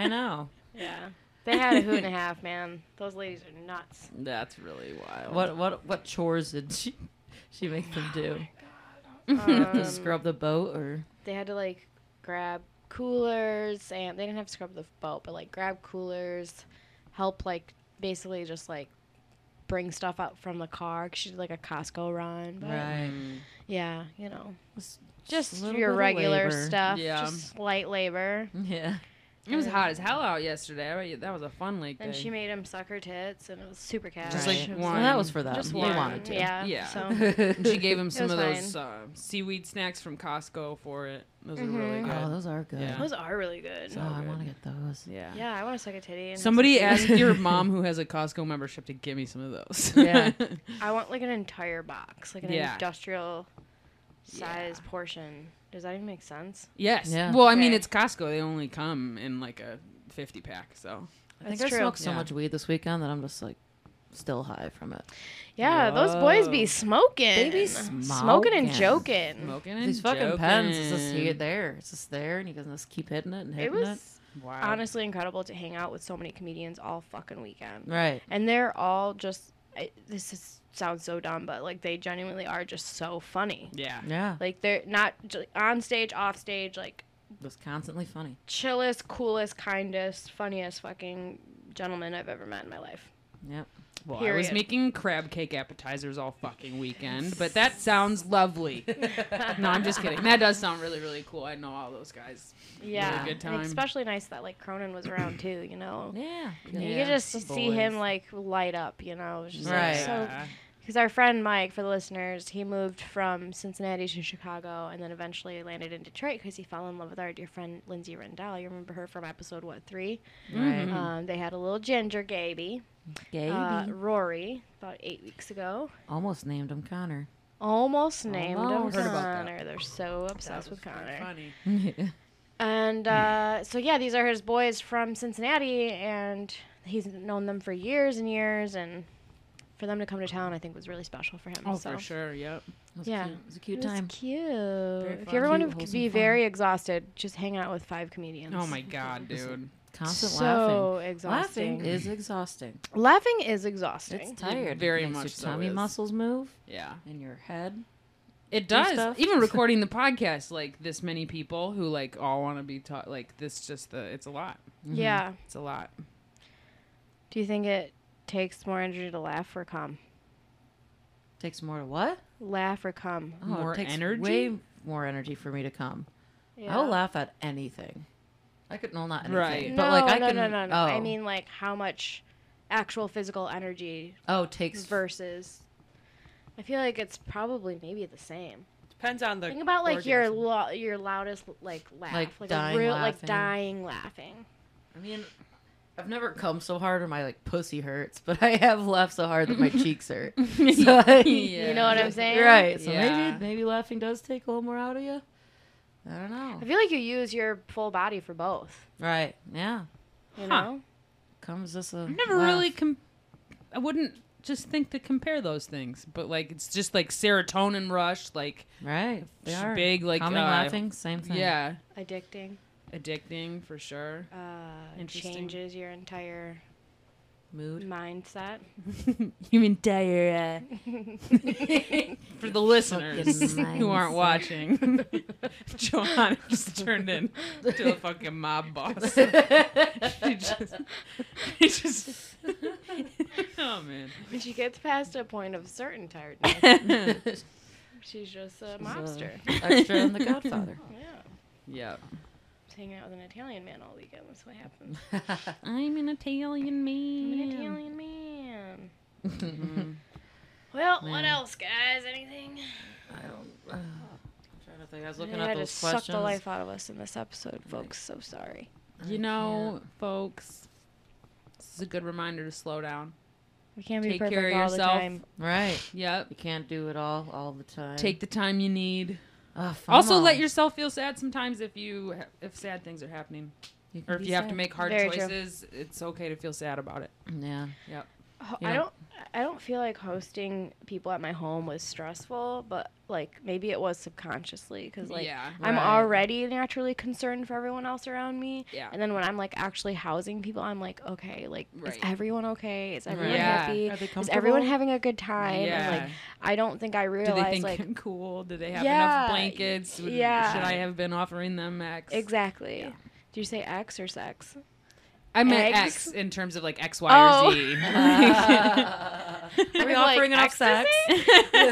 Speaker 2: I know.
Speaker 1: Yeah. They had a hoot and a half, man. Those ladies are nuts.
Speaker 2: [laughs]
Speaker 3: That's really wild.
Speaker 2: What what what chores did she she make them do? [laughs]
Speaker 1: Um,
Speaker 2: Scrub the boat or
Speaker 1: they had to like grab coolers and they didn't have to scrub the boat, but like grab coolers, help like basically just like bring stuff out from the car 'cause she did like a Costco run. But Yeah, you know, just,
Speaker 2: a little bit
Speaker 1: your
Speaker 2: of
Speaker 1: regular
Speaker 2: labor.
Speaker 1: stuff,
Speaker 3: Yeah.
Speaker 1: just light labor.
Speaker 2: [laughs] Yeah.
Speaker 3: It was hot as hell out yesterday. I bet you- That was a fun lake
Speaker 1: And
Speaker 3: day.
Speaker 1: she made him suck her tits, and it was super cash.
Speaker 3: Just,
Speaker 1: It
Speaker 3: like,
Speaker 1: was
Speaker 3: one-
Speaker 2: Well, that was for them.
Speaker 1: Just
Speaker 2: Just
Speaker 1: one.
Speaker 2: They wanted to.
Speaker 1: Yeah.
Speaker 3: [laughs]
Speaker 2: [laughs]
Speaker 3: Yeah.
Speaker 1: So
Speaker 3: And she
Speaker 1: [laughs]
Speaker 3: gave him some
Speaker 1: was
Speaker 3: of those uh, seaweed snacks from Costco for it. Those are
Speaker 1: Mm-hmm.
Speaker 3: really good.
Speaker 2: Oh, those are good.
Speaker 3: Yeah.
Speaker 1: those are really good.
Speaker 2: Oh, I want to get those.
Speaker 3: yeah.
Speaker 1: yeah, I want to suck a titty. And have
Speaker 3: Somebody
Speaker 1: some
Speaker 3: ask
Speaker 1: seaweed. [laughs]
Speaker 3: your mom who has a Costco membership to give me some of those.
Speaker 2: Yeah.
Speaker 1: I want like an entire box, like an
Speaker 3: Yeah.
Speaker 1: industrial size portion. Does that even make sense?
Speaker 3: [laughs] yes.
Speaker 2: Yeah.
Speaker 3: Well, I mean,
Speaker 1: Okay.
Speaker 3: it's Costco. They only come in like a 50 pack. So
Speaker 2: I think
Speaker 1: That's
Speaker 2: I
Speaker 1: true.
Speaker 2: smoked so
Speaker 3: Yeah.
Speaker 2: much weed this weekend that I'm just like still high from it.
Speaker 1: Yeah, those boys be
Speaker 3: Whoa.
Speaker 1: smoking.
Speaker 2: They be
Speaker 1: smoking and
Speaker 2: smoking.
Speaker 1: joking.
Speaker 3: smoking and
Speaker 2: These fucking pens, it's just
Speaker 3: joking.
Speaker 2: here, there. It's just there, and you can just keep hitting it and
Speaker 1: It
Speaker 2: hitting it.
Speaker 1: was
Speaker 3: Wow.
Speaker 1: honestly incredible to hang out with so many comedians all fucking weekend.
Speaker 2: Right.
Speaker 1: and they're all just I, this is, sounds so dumb but like they genuinely are just so funny
Speaker 3: Yeah.
Speaker 2: Yeah.
Speaker 1: like they're not j- on stage off stage like
Speaker 2: It was constantly funny.
Speaker 1: chillest coolest kindest funniest fucking gentleman i've ever met in my life
Speaker 2: Yep.
Speaker 3: Well, I was
Speaker 1: Period.
Speaker 3: making crab cake appetizers all fucking weekend, but that sounds lovely. [laughs] no,
Speaker 1: [laughs]
Speaker 3: I'm just kidding. That does sound really, really cool. I know all those guys.
Speaker 1: yeah
Speaker 3: good
Speaker 1: and
Speaker 3: time.
Speaker 1: especially nice that like cronin was around too you know
Speaker 2: Yeah.
Speaker 1: Oh. you
Speaker 3: Yeah,
Speaker 1: could just
Speaker 3: the
Speaker 1: see him
Speaker 3: boys.
Speaker 1: like light up you know it's just, like,
Speaker 2: Right.
Speaker 1: so
Speaker 3: Yeah.
Speaker 1: Because our friend Mike, for the listeners, he moved from Cincinnati to Chicago and then eventually landed in Detroit because he fell in love with our dear friend Lindsay Rendell. You remember her from episode, what, 3
Speaker 3: Mm-hmm.
Speaker 2: Right. Mm-hmm.
Speaker 1: Um, they had a little ginger baby,
Speaker 2: Gaby.
Speaker 1: uh, Rory, about eight weeks ago.
Speaker 2: Almost named him Connor. [laughs]
Speaker 1: Almost named
Speaker 2: Almost.
Speaker 1: him
Speaker 3: Heard about that.
Speaker 1: Connor. They're so obsessed with Connor.
Speaker 3: Funny.
Speaker 1: And uh, so yeah, these are his boys from Cincinnati, and he's known them for years and years. And for them to come to town, I think was really special for him.
Speaker 3: Oh,
Speaker 1: so.
Speaker 3: for sure. Yep.
Speaker 2: It was
Speaker 1: Yeah.
Speaker 2: Cute. It was a cute
Speaker 1: It was
Speaker 2: time.
Speaker 1: cute. if
Speaker 2: fun.
Speaker 1: you ever want
Speaker 2: Cute,
Speaker 1: to
Speaker 2: wholesome
Speaker 1: be
Speaker 2: fun.
Speaker 1: very exhausted, just hang out with five comedians.
Speaker 3: Oh
Speaker 2: [laughs]
Speaker 3: my god, dude.
Speaker 2: Constant
Speaker 1: So
Speaker 2: laughing.
Speaker 1: exhausting.
Speaker 2: Laughing is exhausting.
Speaker 1: Laughing is exhausting.
Speaker 2: It's tired.
Speaker 3: very
Speaker 2: it makes
Speaker 3: much so
Speaker 2: your tummy
Speaker 3: is.
Speaker 2: muscles move
Speaker 3: Yeah.
Speaker 2: and your head.
Speaker 3: It
Speaker 2: Do
Speaker 3: does.
Speaker 2: stuff.
Speaker 3: [laughs] Even recording the podcast, like this many people who like all want to be taught,
Speaker 1: Mm-hmm.
Speaker 3: like this just the it's a lot.
Speaker 1: Yeah.
Speaker 3: It's a lot.
Speaker 1: Do you think it takes more energy to laugh or come.
Speaker 2: Mm-hmm. Takes more to what?
Speaker 1: Laugh or come.
Speaker 2: Oh,
Speaker 3: More
Speaker 2: it takes
Speaker 3: energy?
Speaker 2: Way more energy for me to come.
Speaker 1: Yeah.
Speaker 2: I'll laugh at anything. I could no, not anything.
Speaker 3: Right.
Speaker 2: But like I
Speaker 1: no,
Speaker 2: can.
Speaker 1: no, no, no.
Speaker 2: Oh,
Speaker 1: I mean, like how much actual physical energy
Speaker 2: oh, takes
Speaker 1: versus. I feel like it's probably maybe the same.
Speaker 4: Depends on the.
Speaker 1: Think about like your
Speaker 4: organism.
Speaker 1: lo- your loudest like laugh,
Speaker 2: Like
Speaker 1: like,
Speaker 2: dying
Speaker 1: a real like
Speaker 2: laughing.
Speaker 1: dying laughing.
Speaker 2: I mean, I've never come so hard or my like pussy hurts, but I have laughed so hard that
Speaker 1: [laughs]
Speaker 2: my cheeks hurt. So I-
Speaker 1: You know what I'm saying?
Speaker 2: Right. So
Speaker 3: Yeah.
Speaker 2: maybe maybe laughing does take a little more out of you. I don't know.
Speaker 1: I feel like you use your full body for both.
Speaker 2: Right. Yeah.
Speaker 1: You
Speaker 3: Huh.
Speaker 1: know,
Speaker 2: Comes this a
Speaker 3: I've never
Speaker 2: laugh.
Speaker 3: really. Com- I wouldn't just think to compare those things, but like it's just like serotonin rush, like
Speaker 2: right. They
Speaker 3: sh-
Speaker 2: are
Speaker 3: big, like
Speaker 2: coming
Speaker 3: uh,
Speaker 2: laughing. Same thing.
Speaker 3: Yeah,
Speaker 1: addicting.
Speaker 3: addicting
Speaker 2: [laughs]
Speaker 3: for sure.
Speaker 1: Uh,
Speaker 3: Interesting.
Speaker 1: changes your entire
Speaker 2: Mood.
Speaker 1: mindset.
Speaker 2: [laughs]
Speaker 3: you entire for the listeners
Speaker 2: Fucking
Speaker 3: [laughs] who aren't
Speaker 2: mindset.
Speaker 3: watching. [laughs] Johanna just turned in to a fucking mob boss. she just, she just. [laughs] oh man.
Speaker 1: When she gets past a point of certain tiredness,
Speaker 2: [laughs]
Speaker 1: she's just a mobster.
Speaker 2: Extra in
Speaker 1: [laughs]
Speaker 2: The Godfather.
Speaker 1: Yeah.
Speaker 3: yeah.
Speaker 1: Just hanging out with an Italian man all weekend. That's what happens. [laughs]
Speaker 2: [laughs]
Speaker 3: I'm an Italian
Speaker 1: I'm an
Speaker 3: man.
Speaker 1: Italian man. Well, what else, guys? Anything?
Speaker 2: I don't. Uh, I'm trying to think. I was
Speaker 1: I
Speaker 2: looking
Speaker 1: had
Speaker 2: at
Speaker 1: to
Speaker 2: those
Speaker 1: suck
Speaker 2: questions.
Speaker 1: the life out of us in this episode, folks. So sorry.
Speaker 3: You know, folks, this is a good reminder to slow down.
Speaker 1: We can't be
Speaker 3: Take
Speaker 1: perfect
Speaker 3: care of
Speaker 1: all
Speaker 3: yourself.
Speaker 1: the time.
Speaker 2: Right.
Speaker 3: Yep.
Speaker 2: You can't do it all all the time.
Speaker 3: Take the time you need.
Speaker 2: Ugh,
Speaker 3: Also,
Speaker 2: FOMO.
Speaker 3: let yourself feel sad sometimes if you if sad things are happening,
Speaker 2: can
Speaker 3: or if
Speaker 2: be
Speaker 3: you have
Speaker 2: sad.
Speaker 3: to make hard
Speaker 1: Very true.
Speaker 3: choices, it's okay to feel sad about it.
Speaker 2: Yeah.
Speaker 1: Ho-
Speaker 2: You
Speaker 1: I
Speaker 2: know-
Speaker 1: don't. I don't feel like hosting people at my home was stressful, but like maybe it was subconsciously because like
Speaker 3: yeah.
Speaker 1: I'm
Speaker 2: Right.
Speaker 1: already naturally concerned for everyone else around me.
Speaker 3: Yeah.
Speaker 1: And then when I'm like actually housing people, I'm like, okay, like
Speaker 3: Right.
Speaker 1: is everyone okay? Is everyone
Speaker 3: Right. Yeah.
Speaker 1: happy?
Speaker 2: Are they
Speaker 1: Is everyone
Speaker 2: comfortable?
Speaker 1: [laughs]
Speaker 2: [laughs]
Speaker 1: having a good time? And
Speaker 3: yeah.
Speaker 1: like I don't think I
Speaker 3: Do they
Speaker 1: realized
Speaker 3: think [laughs]
Speaker 1: like
Speaker 3: I'm cool? Do they have
Speaker 1: Yeah,
Speaker 3: enough blankets? Would-
Speaker 1: yeah.
Speaker 3: Should I have been offering them X?
Speaker 1: exactly.
Speaker 3: Yeah.
Speaker 1: Do you say X or sex?
Speaker 3: I meant
Speaker 1: Eggs?
Speaker 3: X in terms of like X, Y, or
Speaker 1: Oh. [laughs]
Speaker 3: Z. [laughs]
Speaker 2: Are we
Speaker 1: Like
Speaker 2: offering enough sex?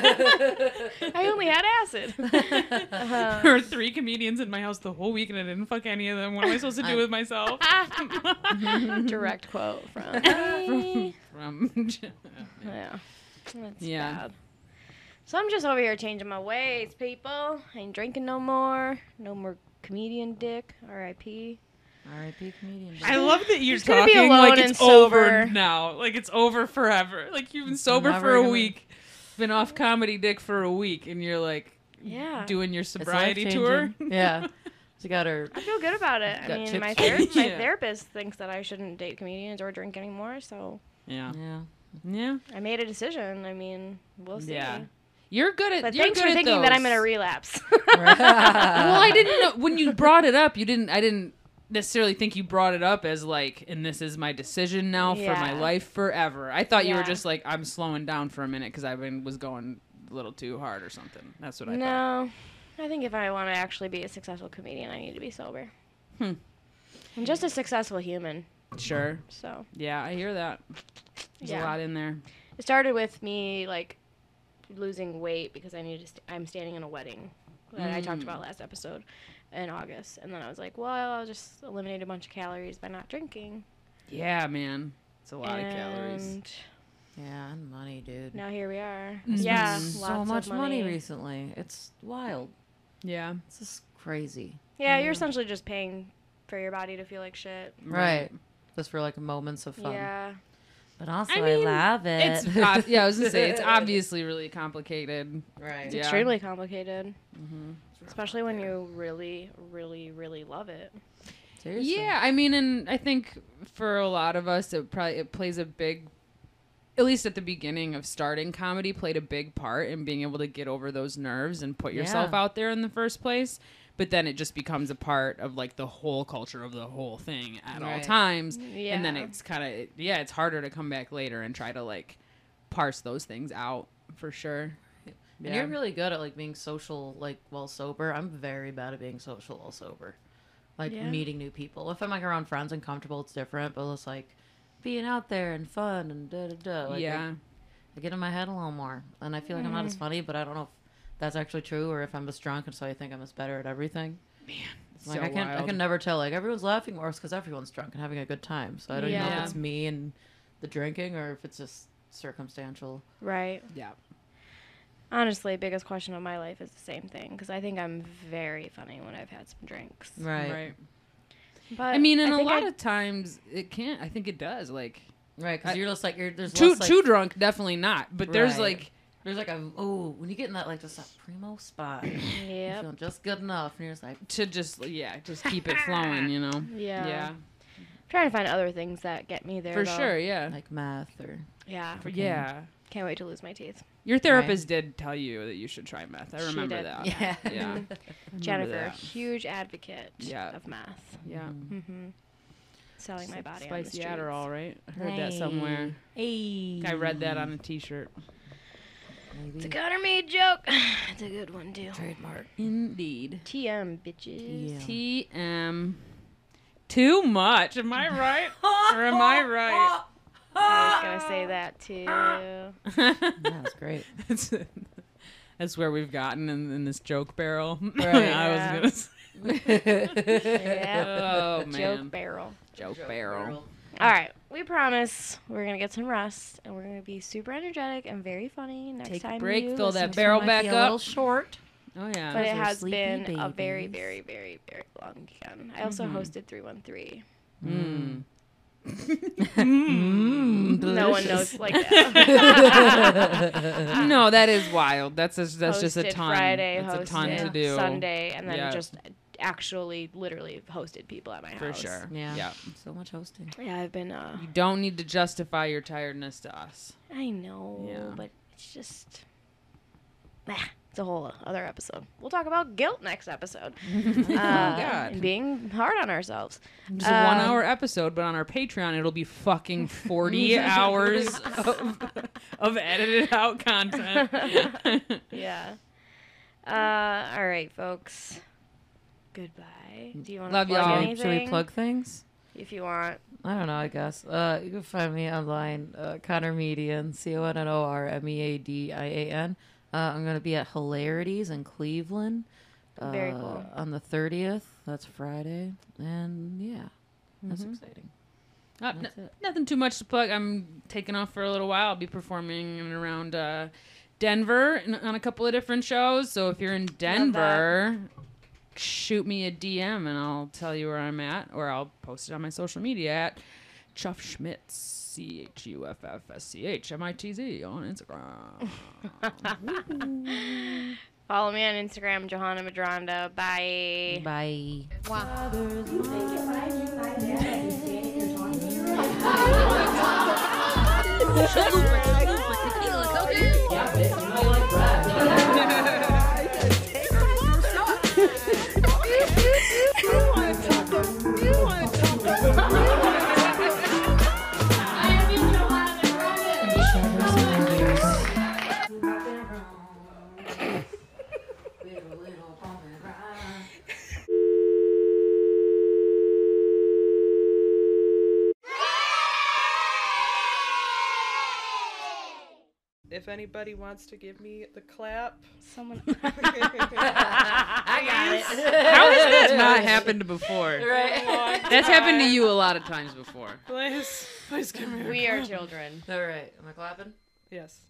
Speaker 1: I only had
Speaker 2: [laughs]
Speaker 1: acid. Uh-huh.
Speaker 3: there were three comedians in my house the whole week and I didn't fuck any of them. What am I supposed to do with [laughs] myself?
Speaker 1: Direct quote
Speaker 2: [laughs]
Speaker 1: from. me.
Speaker 3: [laughs] From
Speaker 1: yeah. That's
Speaker 3: Yeah.
Speaker 1: bad. So I'm just over here changing my ways, people. I ain't drinking no more. No more comedian dick. R.I.P.
Speaker 2: R.I.P. comedian.
Speaker 3: I love that you're
Speaker 1: Just gonna be
Speaker 3: talking
Speaker 1: alone
Speaker 3: like
Speaker 1: and
Speaker 3: it's over
Speaker 1: sober.
Speaker 3: now. Like it's over forever. Like you've been sober
Speaker 2: never
Speaker 3: for a
Speaker 2: gonna-
Speaker 3: week, been off comedy dick for a week, and you're like
Speaker 1: Yeah.
Speaker 3: doing your
Speaker 2: It's
Speaker 3: sobriety tour.
Speaker 2: life-changing. [laughs] Yeah. She got her.
Speaker 1: I feel good about it. I
Speaker 2: Got
Speaker 1: mean,
Speaker 2: chips.
Speaker 1: my, ther- my
Speaker 3: Yeah.
Speaker 1: therapist thinks that I shouldn't date comedians or drink anymore, so
Speaker 3: [laughs] Yeah.
Speaker 2: Yeah.
Speaker 3: Yeah.
Speaker 1: I made a decision. I mean, we'll see.
Speaker 3: Yeah. You're good at
Speaker 1: But
Speaker 3: you're
Speaker 1: thanks
Speaker 3: good
Speaker 1: for
Speaker 3: at
Speaker 1: thinking that I'm
Speaker 3: those.
Speaker 1: going to relapse.
Speaker 3: [laughs] well, I
Speaker 1: [laughs]
Speaker 3: didn't know when you brought it up. You didn't. I didn't necessarily think you brought it up as like, and this is my decision now for my
Speaker 1: Yeah.
Speaker 3: life forever. I thought you were
Speaker 1: Yeah.
Speaker 3: just like, I'm slowing down for a minute because I've been was going a little too hard or something. That's what I thought.
Speaker 1: no. I think if I want to actually be a successful comedian, I need to be sober.
Speaker 3: Hmm.
Speaker 1: I'm just a successful human,
Speaker 3: Sure.
Speaker 1: so.
Speaker 3: Yeah, I hear that. There's a
Speaker 1: Yeah.
Speaker 3: lot in there.
Speaker 1: It started with me like losing weight because I needed to. St- I'm standing in a wedding that I
Speaker 3: Hmm.
Speaker 1: talked about last episode in August, and then I was like, well, I'll just eliminate a bunch of calories by not drinking.
Speaker 3: Yeah, man. It's a lot of calories.
Speaker 1: And
Speaker 2: Yeah, and money, dude.
Speaker 1: Now here we are.
Speaker 3: spent
Speaker 1: Yeah,
Speaker 2: so
Speaker 1: lots of
Speaker 2: much
Speaker 1: money.
Speaker 2: money. recently. It's wild.
Speaker 3: Yeah.
Speaker 2: It's just crazy.
Speaker 1: yeah, you're essentially just paying for your body to feel like shit.
Speaker 2: Right. Just for like moments of fun.
Speaker 1: Yeah,
Speaker 2: But also,
Speaker 3: I
Speaker 2: I,
Speaker 3: mean,
Speaker 2: love it. [laughs]
Speaker 3: It's ob- yeah. I was gonna say it's obviously really complicated.
Speaker 2: right.
Speaker 1: it's
Speaker 3: Yeah. Mm-hmm.
Speaker 1: extremely complicated. Especially when you really, really, really love it.
Speaker 2: Seriously.
Speaker 3: Yeah, I mean, and I think for a lot of us, it probably it plays a big, at least at the beginning of starting comedy, played a big part in being able to get over those nerves and put yourself
Speaker 2: Yeah.
Speaker 3: out there in the first place. But then it just becomes a part of like the whole culture of the whole thing at all
Speaker 2: Right.
Speaker 3: times, and then
Speaker 1: Yeah.
Speaker 3: it's kind of yeah, it's harder to come back later and try to like parse those things out for sure.
Speaker 2: And you're really good at like being social, like while sober. I'm very bad at being social while sober, like
Speaker 1: Yeah.
Speaker 2: meeting new people. If I'm like around friends and comfortable, it's different. But it's like being out there and fun and da da da. Like,
Speaker 3: yeah. Mm.
Speaker 2: I, I get in my head a little more, and I feel like I'm not as funny, but I don't know if that's actually true or if I'm just drunk and so I think I'm just better at everything.
Speaker 3: so
Speaker 2: Like I can I
Speaker 3: wild.
Speaker 2: can never tell. Like everyone's laughing more because everyone's drunk and having a good time. So I don't know
Speaker 1: Yeah.
Speaker 2: if it's me and the drinking or if it's just circumstantial.
Speaker 1: Right.
Speaker 3: Yeah.
Speaker 1: Honestly, biggest question of my life is the same thing because I think I'm very funny when I've had some drinks.
Speaker 2: Right. Right.
Speaker 3: Right.
Speaker 1: But
Speaker 3: I mean, and
Speaker 1: a
Speaker 3: a lot of times it can't. I think it does. Like
Speaker 2: Right.
Speaker 3: I-
Speaker 2: Because you're just like you're there's
Speaker 3: too
Speaker 2: less, like,
Speaker 3: too drunk, definitely not. But there's
Speaker 2: Right.
Speaker 3: like
Speaker 2: There's like a oh when you get in that like just that primo [clears throat] spot, you
Speaker 1: Yep.
Speaker 2: feel just good enough, and you're just like
Speaker 3: to just yeah, just keep it flowing. You know.
Speaker 1: [laughs] Yeah.
Speaker 3: Yeah.
Speaker 1: trying to find other things that get me there.
Speaker 3: For
Speaker 1: though.
Speaker 3: sure. Yeah.
Speaker 2: like meth [laughs] or
Speaker 1: Yeah.
Speaker 3: For- yeah.
Speaker 1: Can't wait to lose my teeth.
Speaker 3: Your therapist did tell you that you should try meth. I
Speaker 1: She
Speaker 3: remember
Speaker 1: did.
Speaker 3: that.
Speaker 2: yeah
Speaker 3: Yeah.
Speaker 1: Jennifer,
Speaker 3: that.
Speaker 1: huge advocate
Speaker 3: Yeah.
Speaker 1: of math.
Speaker 3: Yeah.
Speaker 1: Mm-hmm. Selling my body on the
Speaker 3: Spicy
Speaker 1: streets.
Speaker 3: Adderall, right? I heard that somewhere.
Speaker 2: Hey,
Speaker 3: I read that on a T-shirt.
Speaker 1: It's a
Speaker 2: Maybe.
Speaker 1: Gunner Maid joke. [sighs] it's a good one too.
Speaker 2: trademark.
Speaker 3: Indeed.
Speaker 1: TM bitches.
Speaker 2: Yeah. [laughs]
Speaker 3: TM. Too much. Am I [laughs] right? or am I right?
Speaker 1: I
Speaker 2: [laughs]
Speaker 1: was gonna say that
Speaker 3: Oh,
Speaker 1: too.
Speaker 2: That was great. [laughs]
Speaker 3: that's, [laughs] that's where we've gotten in, in this joke barrel.
Speaker 1: Yeah.
Speaker 3: [laughs] I was gonna say.
Speaker 1: yeah.
Speaker 3: Oh
Speaker 1: [laughs] Joke
Speaker 3: man.
Speaker 1: barrel.
Speaker 3: Joke, barrel.
Speaker 1: All right, we promise we're gonna get some rest, and we're gonna be super energetic and very funny next
Speaker 3: Take a
Speaker 1: time.
Speaker 3: break,
Speaker 1: you
Speaker 3: fill
Speaker 1: listen
Speaker 3: that
Speaker 1: to-
Speaker 3: barrel back
Speaker 2: Might be A
Speaker 3: up.
Speaker 2: little short.
Speaker 3: Oh yeah.
Speaker 1: But it
Speaker 2: Those are
Speaker 1: has
Speaker 2: sleepy
Speaker 1: been a very,
Speaker 2: babies.
Speaker 1: very, very, very long weekend. I
Speaker 3: Mm-hmm.
Speaker 1: also hosted three one three.
Speaker 3: Mm.
Speaker 1: Mm.
Speaker 3: [laughs]
Speaker 1: No one knows like that.
Speaker 3: no, that is wild. That's just, [laughs] that's just a
Speaker 1: Hosted
Speaker 3: ton.
Speaker 1: Friday,
Speaker 3: that's a ton
Speaker 1: hosted
Speaker 3: to do.
Speaker 1: Sunday, and then
Speaker 3: Yeah.
Speaker 1: just actually, literally hosted people at my
Speaker 3: for
Speaker 1: house
Speaker 3: sure.
Speaker 2: Yeah.
Speaker 3: Yeah.
Speaker 2: So much hosting.
Speaker 1: Yeah, I've been. Uh,
Speaker 3: You don't need to justify your tiredness to
Speaker 1: [laughs]
Speaker 3: us.
Speaker 1: I know,
Speaker 3: Yeah.
Speaker 1: but it's just. Ah, it's a whole other episode. We'll talk about guilt next episode.
Speaker 3: [laughs]
Speaker 1: oh,
Speaker 3: God.
Speaker 1: And being hard on ourselves.
Speaker 3: It's a
Speaker 1: um,
Speaker 3: one hour episode, but on our Patreon, it'll be fucking
Speaker 1: [laughs]
Speaker 3: 40 hours of, of edited out
Speaker 1: [laughs]
Speaker 3: content. [laughs]
Speaker 1: Yeah. Uh, all right, folks. Goodbye. Do you want to
Speaker 3: Love
Speaker 1: plug
Speaker 3: y'all.
Speaker 1: anything?
Speaker 2: Should we plug things?
Speaker 1: If you want.
Speaker 2: I don't know, I guess. Uh, you can find me online, uh, Connor Median, C O N N O R M E A D I A N. Uh, I'm going to be at Hilarities in Cleveland. Uh,
Speaker 1: Very cool.
Speaker 2: On the 30th. That's Friday. And yeah, that's exciting.
Speaker 3: Uh, Mm-hmm. n- nothing too much to plug. I'm taking off for a little while. I'll be performing in and around uh, Denver and on a couple of different shows. So if you're in Denver, shoot me a DM and I'll tell you where I'm at, or I'll post it on my social media at Chuff Schmitz, C H U F F S C H M I T Z on Instagram.
Speaker 1: Follow me on Instagram, Johanna Madronda. Bye.
Speaker 2: Bye.
Speaker 4: If anybody wants to give me the clap, [laughs]
Speaker 3: [laughs]
Speaker 1: Someone.
Speaker 3: How has
Speaker 2: [laughs]
Speaker 3: that not happened before? That's happened to you a lot of times before. [laughs]
Speaker 4: please, please give me.
Speaker 1: we are children.
Speaker 2: All right. Am I clapping?
Speaker 4: Yes.